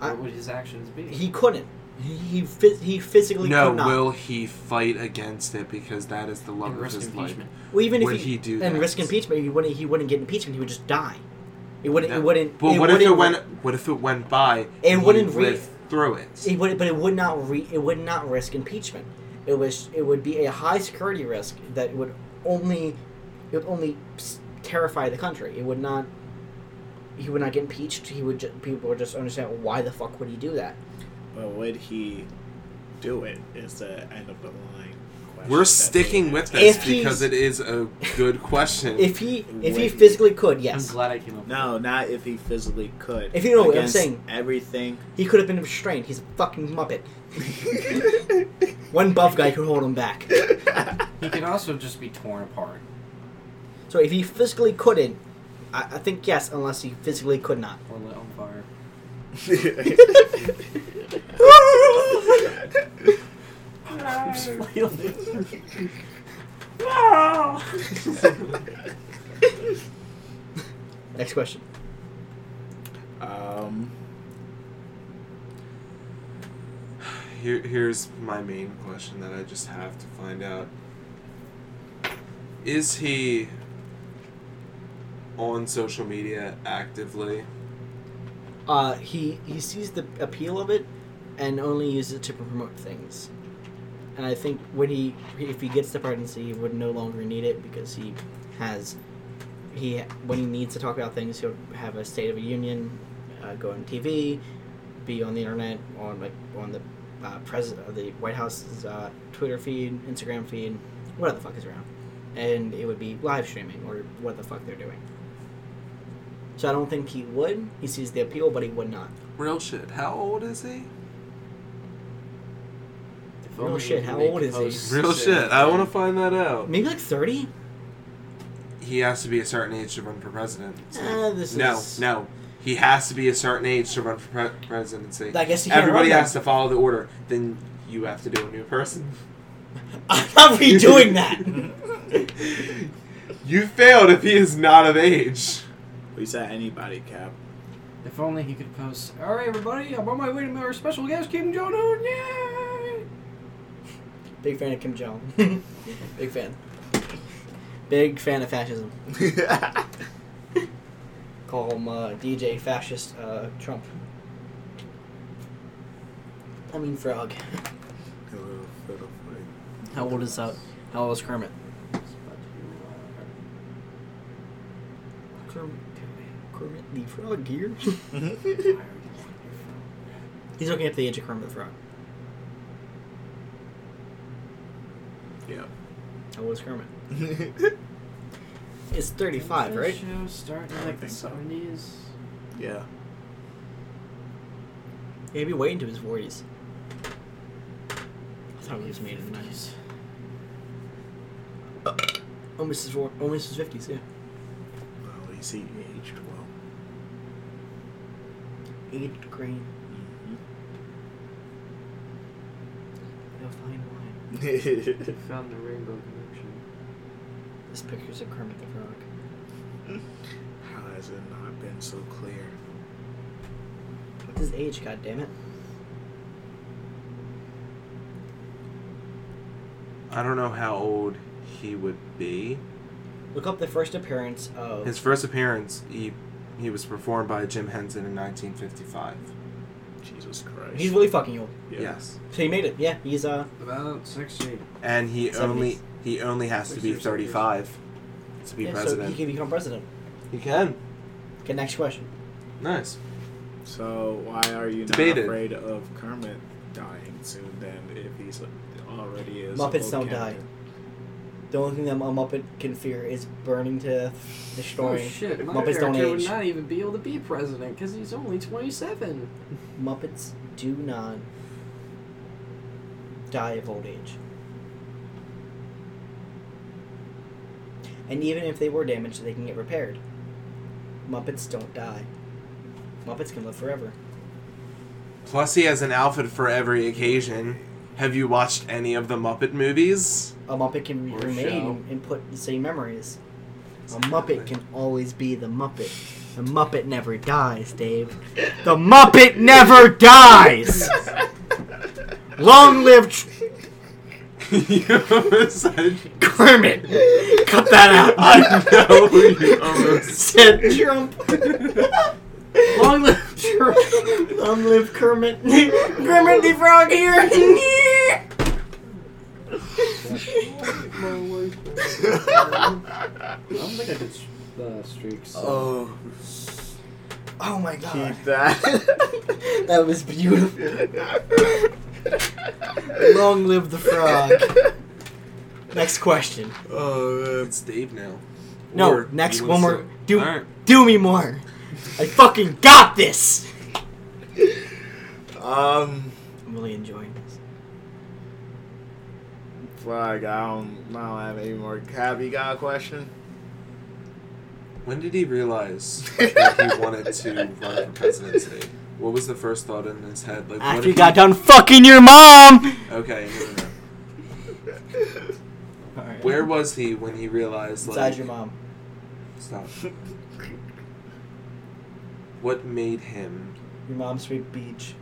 [SPEAKER 2] I-
[SPEAKER 5] what would his actions be?
[SPEAKER 2] He couldn't. He he, phys- he physically
[SPEAKER 1] No,
[SPEAKER 2] could not.
[SPEAKER 1] will he fight against it because that is the love
[SPEAKER 5] and
[SPEAKER 1] of
[SPEAKER 5] risk
[SPEAKER 1] his life?
[SPEAKER 5] impeachment.
[SPEAKER 2] Well, even
[SPEAKER 1] Would
[SPEAKER 2] if he,
[SPEAKER 1] he do
[SPEAKER 2] and
[SPEAKER 1] that?
[SPEAKER 2] risk impeachment, he wouldn't. He wouldn't get impeachment. He would just die. It wouldn't.
[SPEAKER 1] No.
[SPEAKER 2] It wouldn't.
[SPEAKER 1] But
[SPEAKER 2] it
[SPEAKER 1] what if
[SPEAKER 2] wouldn't
[SPEAKER 1] it went? What if it went by?
[SPEAKER 2] It
[SPEAKER 1] and he
[SPEAKER 2] wouldn't re-
[SPEAKER 1] lived through it.
[SPEAKER 2] It would, but it would not re, it would not risk impeachment. It was it would be a high security risk that would only it would only s- terrify the country. It would not. He would not get impeached. He would. Ju- people would just understand why the fuck would he do that?
[SPEAKER 3] But would he do it? Is the end of the line. question
[SPEAKER 1] We're
[SPEAKER 3] that
[SPEAKER 1] sticking
[SPEAKER 3] they
[SPEAKER 1] with
[SPEAKER 3] asked.
[SPEAKER 1] this
[SPEAKER 2] If he-
[SPEAKER 1] because it is a good question.
[SPEAKER 2] If he if he
[SPEAKER 3] Wait.
[SPEAKER 2] physically could,
[SPEAKER 5] I'm
[SPEAKER 2] yes,
[SPEAKER 5] glad I came up.
[SPEAKER 3] No, not if he physically could.
[SPEAKER 2] If you know what I'm
[SPEAKER 3] Against
[SPEAKER 2] saying.
[SPEAKER 3] everything.
[SPEAKER 2] he could have been restrained. He's a fucking muppet. One buff guy could hold him back.
[SPEAKER 5] With. He could also just be torn apart.
[SPEAKER 2] So if he physically couldn't, I, I think yes, unless he physically could not.
[SPEAKER 5] Or lit on fire.
[SPEAKER 2] Next question.
[SPEAKER 3] um,
[SPEAKER 1] Here, here's my main question that I just have to find out: Is he on social media actively?
[SPEAKER 2] Uh, he he sees the appeal of it, and only uses it to promote things. And I think when he if he gets the presidency, he would no longer need it because he has he when he needs to talk about things, he'll have a State of the Union, uh, go on TV, be on the internet, on like on the uh, president the White House's uh, Twitter feed, Instagram feed, whatever the fuck is around, and it would be live streaming or what the fuck they're doing. So I don't think he would. He sees the appeal, but he would not.
[SPEAKER 1] Real shit. How old is he?
[SPEAKER 5] If
[SPEAKER 2] Real
[SPEAKER 5] only
[SPEAKER 2] shit,
[SPEAKER 5] could
[SPEAKER 2] how
[SPEAKER 5] make
[SPEAKER 2] old is he?
[SPEAKER 5] posts
[SPEAKER 1] Real
[SPEAKER 5] that-
[SPEAKER 1] shit. I want to find that out.
[SPEAKER 2] Maybe like thirty.
[SPEAKER 1] He has to be a certain age to run for president.
[SPEAKER 2] Uh, this
[SPEAKER 1] no,
[SPEAKER 2] is
[SPEAKER 1] no. He has to be a certain age to run for pre- presidency.
[SPEAKER 2] I guess he can't
[SPEAKER 1] Everybody
[SPEAKER 2] run
[SPEAKER 1] has to follow the order. Then you have to do a new person.
[SPEAKER 2] I'm not redoing that.
[SPEAKER 1] you failed if he is not of age.
[SPEAKER 3] We said anybody cap.
[SPEAKER 5] If only he could post, all right, everybody, I'm on my way to our special guest, Kim Jong Un. Yay!
[SPEAKER 2] Big fan of Kim Jong. Big fan. Big fan of fascism. Call him uh, DJ Fascist uh, Trump. I mean Frog. How old is that? How old is Kermit? Kermit, Kermit the Frog here. He's looking at the age of Kermit the Frog.
[SPEAKER 3] yeah.
[SPEAKER 2] How old is Kermit? It's 35,
[SPEAKER 5] Didn't that
[SPEAKER 2] right?
[SPEAKER 5] Show start in
[SPEAKER 3] I
[SPEAKER 5] like the
[SPEAKER 3] think so.
[SPEAKER 5] seventies.
[SPEAKER 3] yeah.
[SPEAKER 2] Yeah, he'd be waiting to his 40s. I thought he was made in the 90s. Uh, Almost his, four- almost his 50s, yeah.
[SPEAKER 3] Well, you see, age well.
[SPEAKER 2] Aged green. No fine wine. Mm-hmm.
[SPEAKER 5] Found the rainbow connection.
[SPEAKER 2] This picture's of Kermit the Frog.
[SPEAKER 3] How has it not been so clear?
[SPEAKER 2] What's his age, God damn it!
[SPEAKER 1] I don't know how old he would be.
[SPEAKER 2] Look up the first appearance of.
[SPEAKER 1] His first appearance, he he was performed by Jim Henson in 1955.
[SPEAKER 3] Jesus Christ.
[SPEAKER 2] He's really fucking old.
[SPEAKER 3] Yeah.
[SPEAKER 1] Yes,
[SPEAKER 2] So he made it, yeah. He's, uh.
[SPEAKER 5] About sixty.
[SPEAKER 1] and he only
[SPEAKER 2] Seventies.
[SPEAKER 1] he only has to be
[SPEAKER 5] Sixties, seventies.
[SPEAKER 1] 35 to be
[SPEAKER 2] yeah, So
[SPEAKER 1] president.
[SPEAKER 2] he can become president.
[SPEAKER 1] he can.
[SPEAKER 2] Okay, next question.
[SPEAKER 1] Nice.
[SPEAKER 3] So why are you
[SPEAKER 1] Debated.
[SPEAKER 3] not afraid of Kermit dying soon then if he's already is?
[SPEAKER 2] Muppets
[SPEAKER 3] old
[SPEAKER 2] don't die.
[SPEAKER 3] Captain?
[SPEAKER 2] The only thing that a Muppet can fear is burning to death,
[SPEAKER 5] Oh
[SPEAKER 2] destroying.
[SPEAKER 5] shit! My
[SPEAKER 2] Muppets
[SPEAKER 5] character
[SPEAKER 2] don't
[SPEAKER 5] would
[SPEAKER 2] age.
[SPEAKER 5] not even be able to be president because he's only twenty-seven.
[SPEAKER 2] Muppets do not die of old age. And even if they were damaged, they can get repaired. Muppets don't die. Muppets can live forever.
[SPEAKER 1] Plus, he has an outfit for every occasion. Have you watched any of the Muppet movies?
[SPEAKER 2] A Muppet can be
[SPEAKER 1] Or
[SPEAKER 2] remade
[SPEAKER 1] shall.
[SPEAKER 2] and, and put the same memories. A Muppet can always be the Muppet. The Muppet never dies, Dave. The Muppet never dies! Long live tr-
[SPEAKER 1] you almost said.
[SPEAKER 2] Kermit! Cut that out!
[SPEAKER 1] I know you almost.
[SPEAKER 2] said Trump.
[SPEAKER 5] Long live
[SPEAKER 2] Long live Kermit. Kermit the Frog here.
[SPEAKER 5] I don't think I did uh, streaks.
[SPEAKER 3] Oh,
[SPEAKER 2] oh my
[SPEAKER 3] keep
[SPEAKER 2] god.
[SPEAKER 3] that.
[SPEAKER 2] That was beautiful. Long live the frog. Next question.
[SPEAKER 1] Oh, it's Dave now.
[SPEAKER 2] No,
[SPEAKER 1] Or
[SPEAKER 2] next
[SPEAKER 1] you
[SPEAKER 2] one
[SPEAKER 1] wanna
[SPEAKER 2] more.
[SPEAKER 1] say-
[SPEAKER 2] Do
[SPEAKER 1] Alright.
[SPEAKER 2] do me more. I fucking got this.
[SPEAKER 3] um,
[SPEAKER 2] I'm really enjoying this.
[SPEAKER 3] fuck. I don't. I don't have any more. Have you got a question?
[SPEAKER 1] When did he realize that he wanted to run for presidency? What was the first thought in his head? Like, what
[SPEAKER 2] After
[SPEAKER 1] if
[SPEAKER 2] you
[SPEAKER 1] he-
[SPEAKER 2] got done fucking your mom.
[SPEAKER 1] Okay, no, no, no.
[SPEAKER 2] All right.
[SPEAKER 1] Where was he when he realized? Like,
[SPEAKER 2] Inside your mom.
[SPEAKER 1] Stop. What made him?
[SPEAKER 2] Your mom's sweet beach.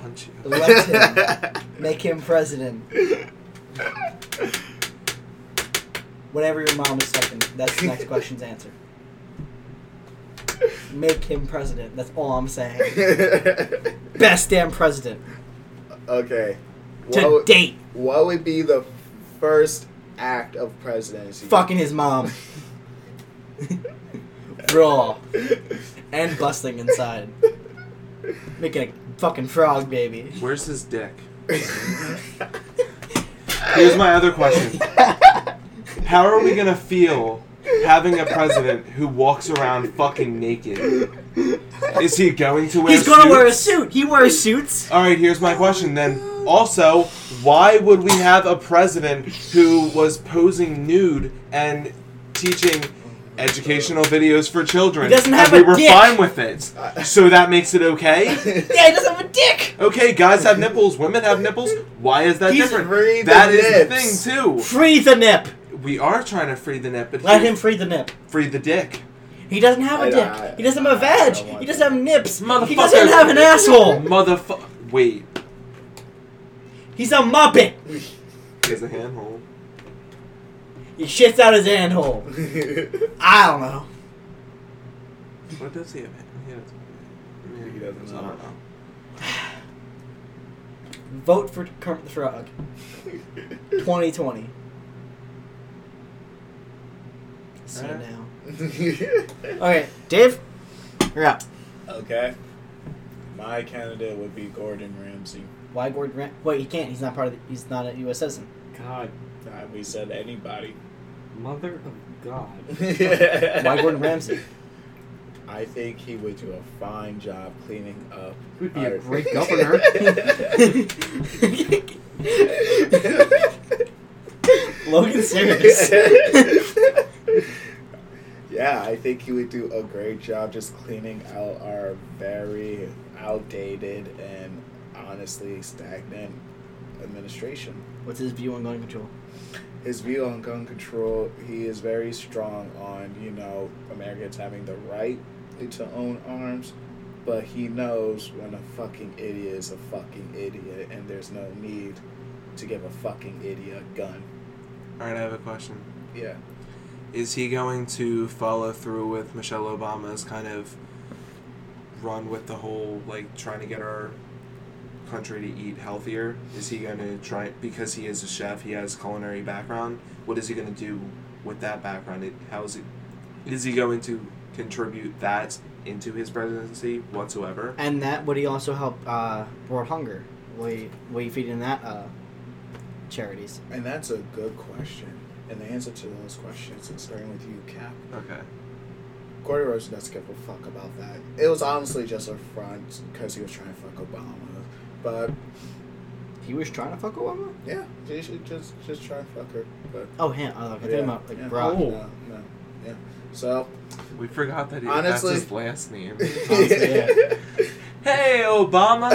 [SPEAKER 1] punch you?
[SPEAKER 2] Elect him. Make him president. Whatever your mom is sucking, that's the next question's answer. Make him president. That's all I'm saying. Best damn president
[SPEAKER 3] okay.
[SPEAKER 2] to
[SPEAKER 3] What, would-
[SPEAKER 2] date.
[SPEAKER 3] what would be the first act of presidency?
[SPEAKER 2] Fucking his mom. Raw and busting inside. Making a fucking frog baby.
[SPEAKER 1] Where's his dick? Here's my other question. How are we gonna feel having a president who walks around fucking naked? Is he going to wear?
[SPEAKER 2] He's gonna wear a
[SPEAKER 1] suits?
[SPEAKER 2] suit. He wears suits.
[SPEAKER 1] All right, here's my question then. Also, why would we have a president who was posing nude and teaching educational videos for children?
[SPEAKER 2] He doesn't have
[SPEAKER 1] and we
[SPEAKER 2] a
[SPEAKER 1] were
[SPEAKER 2] dick.
[SPEAKER 1] fine with it. So that makes it okay?
[SPEAKER 2] Yeah, he doesn't have a dick.
[SPEAKER 1] Okay, guys have nipples, women have nipples. Why is that
[SPEAKER 2] He's
[SPEAKER 1] different?
[SPEAKER 3] free to
[SPEAKER 1] That is
[SPEAKER 3] nips.
[SPEAKER 1] the thing
[SPEAKER 2] Free the nip.
[SPEAKER 1] too. we are trying to free the nip, but
[SPEAKER 2] Let
[SPEAKER 1] he-
[SPEAKER 2] him free the nip.
[SPEAKER 1] free the dick.
[SPEAKER 2] He doesn't have
[SPEAKER 3] I-
[SPEAKER 2] a dick.
[SPEAKER 3] I-
[SPEAKER 2] he doesn't have a
[SPEAKER 3] I- I
[SPEAKER 2] veg.
[SPEAKER 3] don't want
[SPEAKER 2] He doesn't have nips. He
[SPEAKER 1] Motherfucker.
[SPEAKER 2] doesn't have an asshole.
[SPEAKER 1] Motherfucker. Wait.
[SPEAKER 2] He's a muppet.
[SPEAKER 1] Is a handhold.
[SPEAKER 2] He shits out his anhole.
[SPEAKER 3] he
[SPEAKER 2] I don't know.
[SPEAKER 1] What does he have? He doesn't.
[SPEAKER 3] He doesn't
[SPEAKER 1] I don't
[SPEAKER 3] know.
[SPEAKER 1] know.
[SPEAKER 2] Vote for Kermit the Frog, 2020. See you
[SPEAKER 1] Alright.
[SPEAKER 2] now. Okay, Dave, you're out.
[SPEAKER 3] okay. My candidate would be Gordon Ramsay.
[SPEAKER 2] Why Gordon? Ram- Wait, he can't. He's not part of. The, he's not a U.S. citizen.
[SPEAKER 5] God,
[SPEAKER 3] Uh, we said anybody.
[SPEAKER 5] mother of God.
[SPEAKER 3] Why
[SPEAKER 2] Why Gordon Ramsay?
[SPEAKER 3] I think he would do a fine job cleaning up.
[SPEAKER 5] He would be a
[SPEAKER 3] our-
[SPEAKER 5] great governor.
[SPEAKER 2] Logan serious.
[SPEAKER 3] yeah, I think he would do a great job just cleaning out our very outdated and honestly stagnant administration.
[SPEAKER 2] What's his view on gun control?
[SPEAKER 3] His view on gun control, he is very strong on, you know, Americans having the right to own arms, but he knows when a fucking idiot is a fucking idiot and there's no need to give a fucking idiot a gun.
[SPEAKER 1] All right, I have a question.
[SPEAKER 3] Yeah.
[SPEAKER 1] Is he going to follow through with Michelle Obama's kind of run with the whole like trying to get our country to eat healthier? Is he going to try because he is a chef, he has culinary background. What is he going to do with that background? It, how is it? Is he going to contribute that into his presidency whatsoever?
[SPEAKER 2] And that would he also help uh, World Hunger? Will he, will he feed in that uh, charities?
[SPEAKER 3] And that's a good question. And the answer to those questions is starting with you, Cap.
[SPEAKER 1] Okay.
[SPEAKER 3] Corey Rosen doesn't give a fuck about that. It was honestly just a front because he was trying to fuck Obama. But
[SPEAKER 2] He was trying to fuck Obama.
[SPEAKER 3] yeah, you should just just try and fuck her. But
[SPEAKER 2] Oh, him. Oh, okay. I
[SPEAKER 3] Yeah,
[SPEAKER 2] think about like
[SPEAKER 3] yeah.
[SPEAKER 2] Brock.
[SPEAKER 5] Oh.
[SPEAKER 3] no, no, yeah. So
[SPEAKER 1] We forgot that he,
[SPEAKER 3] Honestly-
[SPEAKER 1] that's his last name.
[SPEAKER 2] yeah.
[SPEAKER 1] hey, Obama!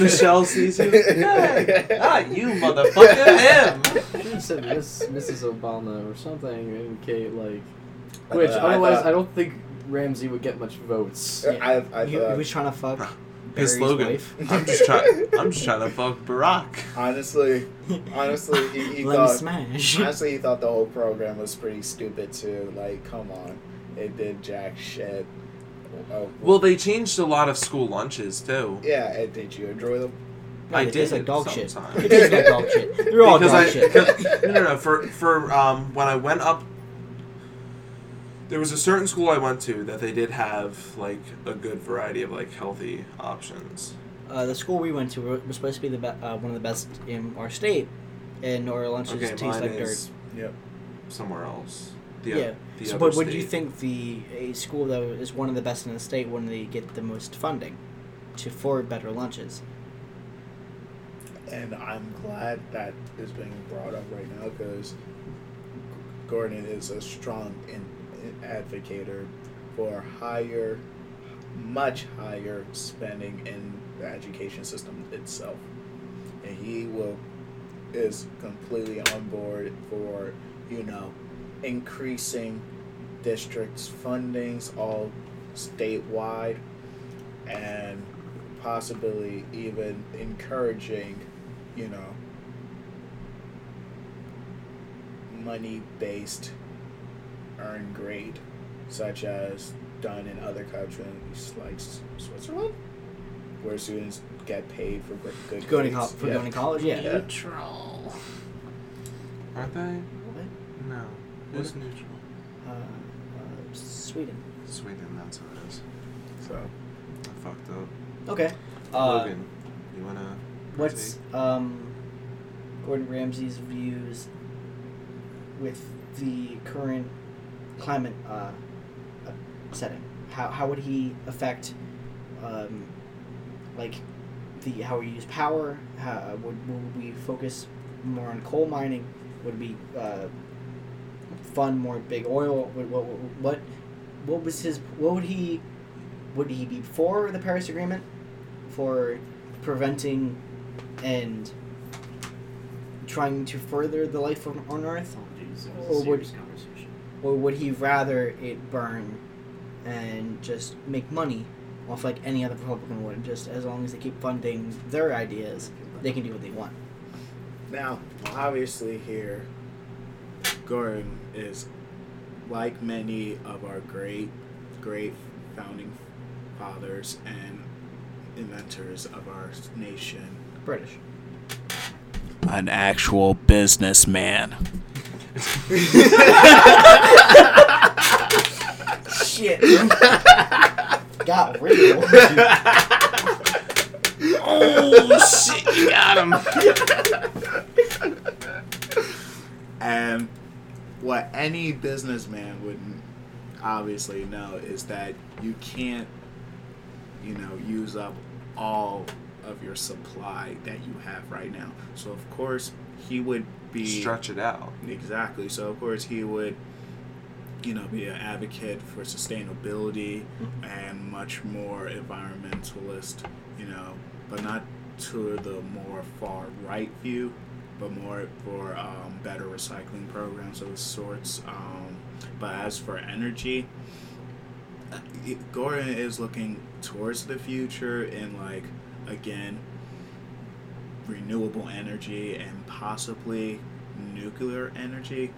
[SPEAKER 1] Michelle sees you. Hey, not you, motherfucker! Him!
[SPEAKER 5] I should have said Miss, Mrs. Obama or something, and Kate like.
[SPEAKER 3] I
[SPEAKER 5] Which
[SPEAKER 3] thought- I
[SPEAKER 5] otherwise,
[SPEAKER 3] thought-
[SPEAKER 5] Uh, I don't think Ramsey would get much votes.
[SPEAKER 3] Yeah, I- I
[SPEAKER 2] he,
[SPEAKER 3] thought-
[SPEAKER 2] he was trying to fuck Barry's
[SPEAKER 1] His slogan.
[SPEAKER 2] wife.
[SPEAKER 1] I'm just trying. I'm just trying to fuck Barack.
[SPEAKER 3] honestly, honestly, he, he
[SPEAKER 2] Let
[SPEAKER 3] thought.
[SPEAKER 2] me smash.
[SPEAKER 3] Honestly, he thought the whole program was pretty stupid too. Like, come on, it did jack shit. Oh,
[SPEAKER 1] Well, they changed a lot of school lunches too.
[SPEAKER 3] yeah, and did you enjoy them?
[SPEAKER 2] No,
[SPEAKER 1] I
[SPEAKER 2] they
[SPEAKER 1] did
[SPEAKER 2] taste like dog shit.
[SPEAKER 1] sometimes.
[SPEAKER 2] It tastes like dog shit. They're all
[SPEAKER 1] Because
[SPEAKER 2] dog
[SPEAKER 1] I
[SPEAKER 2] shit.
[SPEAKER 1] because- no no no for for um when I went up. There was a certain school I went to that they did have like a good variety of like healthy options.
[SPEAKER 2] Uh, the school we went to were- was supposed to be the be- uh, one of the best in our state, and our lunches
[SPEAKER 1] Okay,
[SPEAKER 2] taste
[SPEAKER 1] mine
[SPEAKER 2] like
[SPEAKER 1] is
[SPEAKER 2] dirt.
[SPEAKER 3] Yep.
[SPEAKER 1] somewhere else. The
[SPEAKER 2] Yeah.
[SPEAKER 1] oth- the
[SPEAKER 2] so,
[SPEAKER 1] other
[SPEAKER 2] but would you
[SPEAKER 1] state.
[SPEAKER 2] think the a school that is one of the best in the state when they get the most funding to for better lunches?
[SPEAKER 3] And I'm glad that is being brought up right now because Gordon is a strong in, in advocator for higher, much higher spending in the education system itself, and he will is completely on board for you know increasing districts fundings all statewide and possibly even encouraging, you know, money based earned grade, such as done in other countries like S- Switzerland, where students get paid for gr- good
[SPEAKER 2] Going to
[SPEAKER 3] grades.
[SPEAKER 2] col- for
[SPEAKER 3] Yeah.
[SPEAKER 2] going to college, yeah.
[SPEAKER 3] Yeah.
[SPEAKER 5] Troll.
[SPEAKER 1] Aren't they? No. Who's neutral?
[SPEAKER 2] Uh, uh, Sweden.
[SPEAKER 1] Sweden. That's what it is.
[SPEAKER 3] So,
[SPEAKER 1] I fucked up.
[SPEAKER 2] Okay. Uh,
[SPEAKER 1] Logan, you wanna?
[SPEAKER 2] what's um, Gordon Ramsay's views with the current climate uh, uh, setting? How, how would he affect, um, like, the how we use power? How, uh, would, would we focus more on coal mining? Would we uh, fund more big oil? What what what what was his? What would he? Would he be for the Paris Agreement? For preventing and trying to further the life on, on Earth,
[SPEAKER 5] Oh, geez, that was a
[SPEAKER 2] Or would-
[SPEAKER 5] serious conversation.
[SPEAKER 2] or would he rather it burn and just make money off like any other Republican would? Just as long as they keep funding their ideas, they can do what they want.
[SPEAKER 3] Now, obviously, here, Gordon is like many of our great, great founding fathers and inventors of our nation,
[SPEAKER 2] British.
[SPEAKER 3] an actual businessman.
[SPEAKER 2] Shit. Got real.
[SPEAKER 3] oh shit, you got him. and what any businessman would obviously know is that you can't, you know, use up all of your supply that you have right now. So of course he would be
[SPEAKER 1] Stretch it out.
[SPEAKER 3] Exactly. So of course he would, you know, be an advocate for sustainability and much more environmentalist, you know, but not to the more far right view, but more for um, better recycling programs of sorts. Um, but as for energy, uh, Gordon is looking towards the future and like again renewable energy and possibly nuclear energy.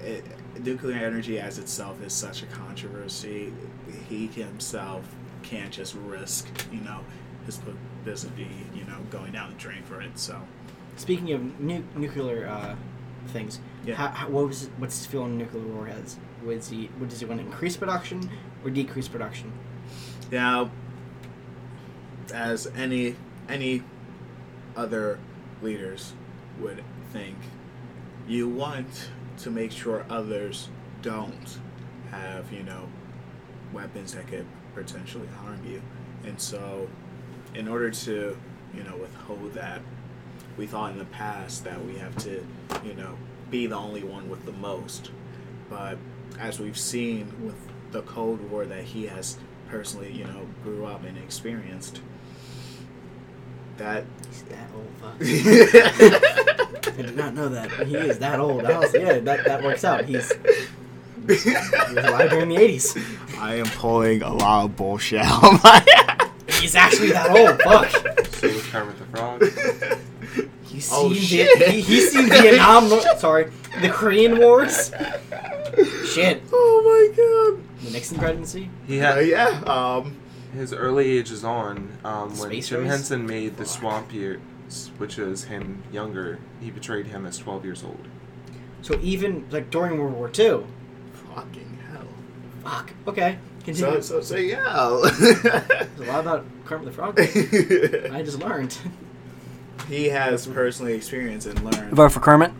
[SPEAKER 3] It, nuclear energy as itself is such a controversy. He himself can't just risk, you know, his bu- business being, you know, going down the drain for it. So
[SPEAKER 2] Speaking of nu- nuclear uh, things,
[SPEAKER 3] Yeah.
[SPEAKER 2] how, how, what was what's his feel on nuclear war has? Was he, what does he want to increase production or decrease production?
[SPEAKER 3] now, as any any other leaders would think, you want to make sure others don't have, you know, weapons that could potentially harm you. And so, in order to, you know, withhold that, we thought in the past that we have to, you know, be the only one with the most. But as we've seen with the Cold War that he has personally, you know, grew up and experienced, that.
[SPEAKER 2] He's that old. Fuck. I did not know that but he is that old. I was, yeah, that, that works out. He's he was alive during the eighties.
[SPEAKER 3] I am pulling a lot of bullshit out of my
[SPEAKER 2] He's actually that old. Fuck.
[SPEAKER 1] So with Kermit the Frog.
[SPEAKER 2] He's seen
[SPEAKER 3] Oh,
[SPEAKER 2] Vi-
[SPEAKER 3] shit.
[SPEAKER 2] he, he's seen Vietnam. War- Sorry, the Korean Wars. Shit.
[SPEAKER 3] Oh my
[SPEAKER 2] The Nixon presidency.
[SPEAKER 1] He
[SPEAKER 3] god. Uh,
[SPEAKER 1] had
[SPEAKER 3] yeah. Um.
[SPEAKER 1] his early age is on um, when
[SPEAKER 2] Space
[SPEAKER 1] Jim
[SPEAKER 2] Race?
[SPEAKER 1] Henson made the
[SPEAKER 3] Fuck.
[SPEAKER 1] Swamp Years, which is him younger. He betrayed him as twelve years old.
[SPEAKER 2] So even like during World War Two.
[SPEAKER 3] Fucking hell.
[SPEAKER 2] Fuck. Okay.
[SPEAKER 3] So
[SPEAKER 2] Continue.
[SPEAKER 3] so so yeah.
[SPEAKER 2] There's a lot about Kermit the Frog. I just learned.
[SPEAKER 3] he has personally experienced and learned
[SPEAKER 6] Vote for Kermit.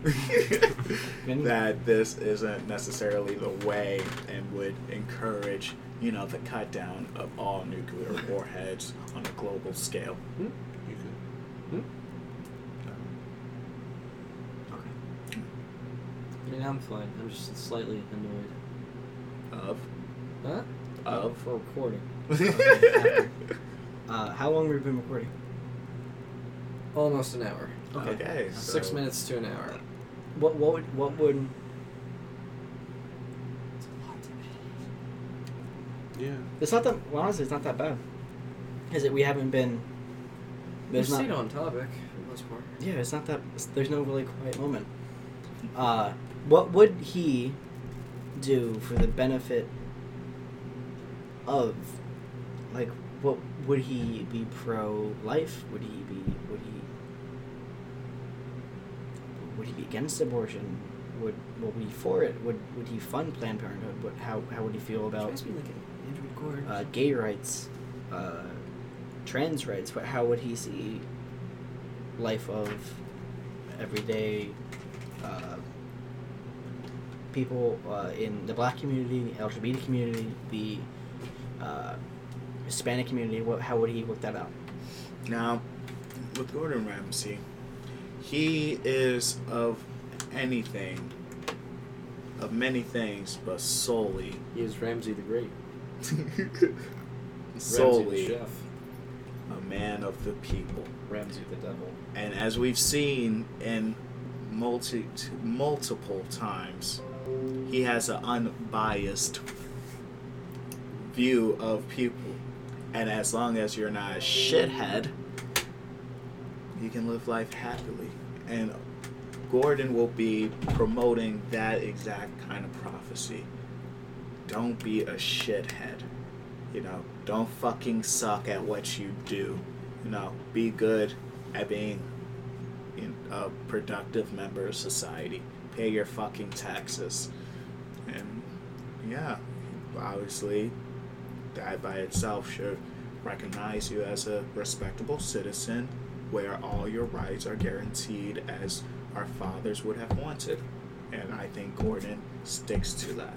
[SPEAKER 3] that this isn't necessarily the way and would encourage, you know, the cut down of all nuclear warheads on a global scale.
[SPEAKER 1] You could
[SPEAKER 5] I mean, I'm fine. I'm just slightly annoyed.
[SPEAKER 3] Of
[SPEAKER 5] Huh? Oh.
[SPEAKER 3] of
[SPEAKER 5] For recording.
[SPEAKER 3] okay.
[SPEAKER 2] Uh, how long have we been recording?
[SPEAKER 5] Almost an hour.
[SPEAKER 3] so-
[SPEAKER 5] Six minutes to an hour.
[SPEAKER 2] What what would what would
[SPEAKER 1] yeah.
[SPEAKER 2] it's not that well, honestly it's not that bad. Is it we haven't been
[SPEAKER 5] We've
[SPEAKER 2] there's
[SPEAKER 5] stayed
[SPEAKER 2] not
[SPEAKER 5] on topic for the most part.
[SPEAKER 2] yeah it's not that it's- there's no really quiet moment. Uh, what would he do for the benefit of like what would he be pro life? Would he be would he would he be against abortion? Would would he be for it? Would would he fund Planned Parenthood? What how how would he feel
[SPEAKER 5] Should I
[SPEAKER 2] about
[SPEAKER 5] just be like an Android Gordon?
[SPEAKER 2] uh, gay rights, uh, trans rights, but how would he see life of everyday uh, people uh, in the black community, LGBT community, the uh, Hispanic community? What, how would he work that out?
[SPEAKER 3] Now, with Gordon Ramsay, he is of anything, of many things, but solely,
[SPEAKER 5] he is Ramsey the Great. Ramsey the
[SPEAKER 3] solely
[SPEAKER 5] chef.
[SPEAKER 3] a man of the people.
[SPEAKER 5] Ramsey the devil.
[SPEAKER 3] And as we've seen in multi multiple times, he has an unbiased view of people. And as long as you're not a shithead, you can live life happily. And Gordon will be promoting that exact kind of prophecy. Don't be a shithead. You know, don't fucking suck at what you do. You know, be good at being you know, a productive member of society. Pay your fucking taxes. And yeah, obviously, that by itself should recognize you as a respectable citizen where all your rights are guaranteed as our fathers would have wanted. And I think Gordon sticks to that.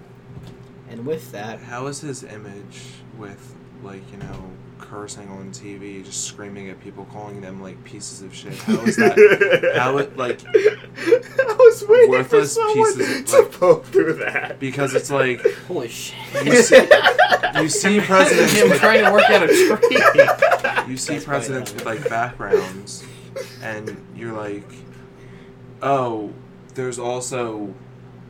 [SPEAKER 2] And with that,
[SPEAKER 1] How is his image with like you know cursing on TV, just screaming at people, calling them like pieces of shit? How is that how it, like-
[SPEAKER 3] I was waiting
[SPEAKER 1] Worthless
[SPEAKER 3] for someone
[SPEAKER 1] pieces of,
[SPEAKER 3] to
[SPEAKER 1] like-
[SPEAKER 3] poke through that.
[SPEAKER 1] because it's like
[SPEAKER 5] Holy shit.
[SPEAKER 1] you see, you see presidents
[SPEAKER 4] Him
[SPEAKER 1] with-
[SPEAKER 4] trying to work out a tree.
[SPEAKER 1] you see
[SPEAKER 5] That's quite
[SPEAKER 1] presidents with like backgrounds, and you're like, oh, there's also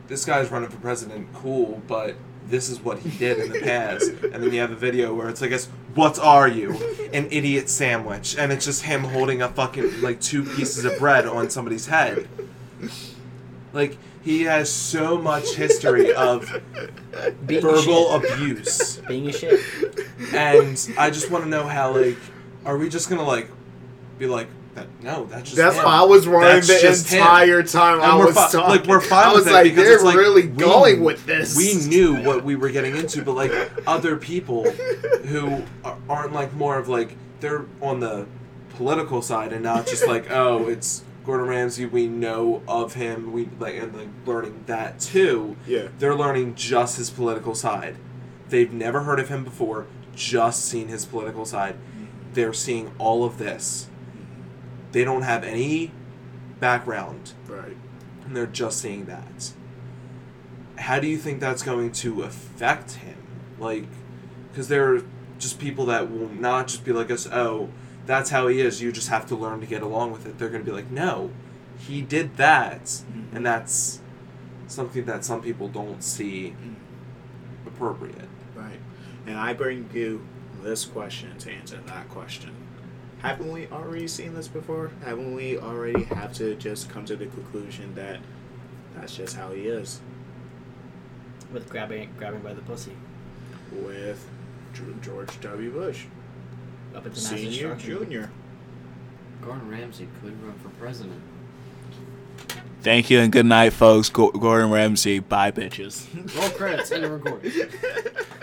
[SPEAKER 1] this guy's running for president, cool, but this is what he did in the past. And then you have a video where it's like, it's, what are you? An idiot sandwich. And it's just him holding a fucking, like, two pieces of bread on somebody's head. Like, he has so much history of
[SPEAKER 2] being
[SPEAKER 1] verbal
[SPEAKER 2] a shit,
[SPEAKER 1] abuse
[SPEAKER 2] being a shit.
[SPEAKER 1] and I just want to know how like are we just gonna like be like that? No, that's just
[SPEAKER 3] That's
[SPEAKER 1] him.
[SPEAKER 3] why I was running
[SPEAKER 1] That's
[SPEAKER 3] the
[SPEAKER 1] just him.
[SPEAKER 3] entire time I
[SPEAKER 1] And we're
[SPEAKER 3] was
[SPEAKER 1] fi-
[SPEAKER 3] talking.
[SPEAKER 1] like, we're fine
[SPEAKER 3] I was
[SPEAKER 1] with it
[SPEAKER 3] like,
[SPEAKER 1] because
[SPEAKER 3] they're
[SPEAKER 1] it's like,
[SPEAKER 3] really
[SPEAKER 1] we-
[SPEAKER 3] going with this.
[SPEAKER 1] We knew what we were getting into, but like other people who are, aren't like more of like they're on the political side and not just like oh it's Gordon Ramsay. We know of him. We like and like learning that too.
[SPEAKER 3] Yeah.
[SPEAKER 1] They're learning just his political side. They've never heard of him before, just seen his political side. They're seeing all of this. They don't have any background,
[SPEAKER 3] Right.
[SPEAKER 1] and they're just seeing that. How do you think that's going to affect him? Like, because there are just people that will not just be like us, oh, that's how he is, you just have to learn to get along with it. They're going to be like, no, he did that and that's something that some people don't see appropriate.
[SPEAKER 3] Right. And I bring you this question to answer that question. Haven't we already seen this before? Haven't we already have to just come to the conclusion that that's just how he is
[SPEAKER 2] with grabbing grabbing by the pussy
[SPEAKER 3] with Dr- George W. Bush,
[SPEAKER 2] up at the mass
[SPEAKER 3] senior,
[SPEAKER 2] destruction.
[SPEAKER 3] junior?
[SPEAKER 5] Gordon Ramsay could run for president.
[SPEAKER 3] Thank you and good night, folks. Gordon Ramsay. Bye, bitches.
[SPEAKER 5] Roll credits and recording.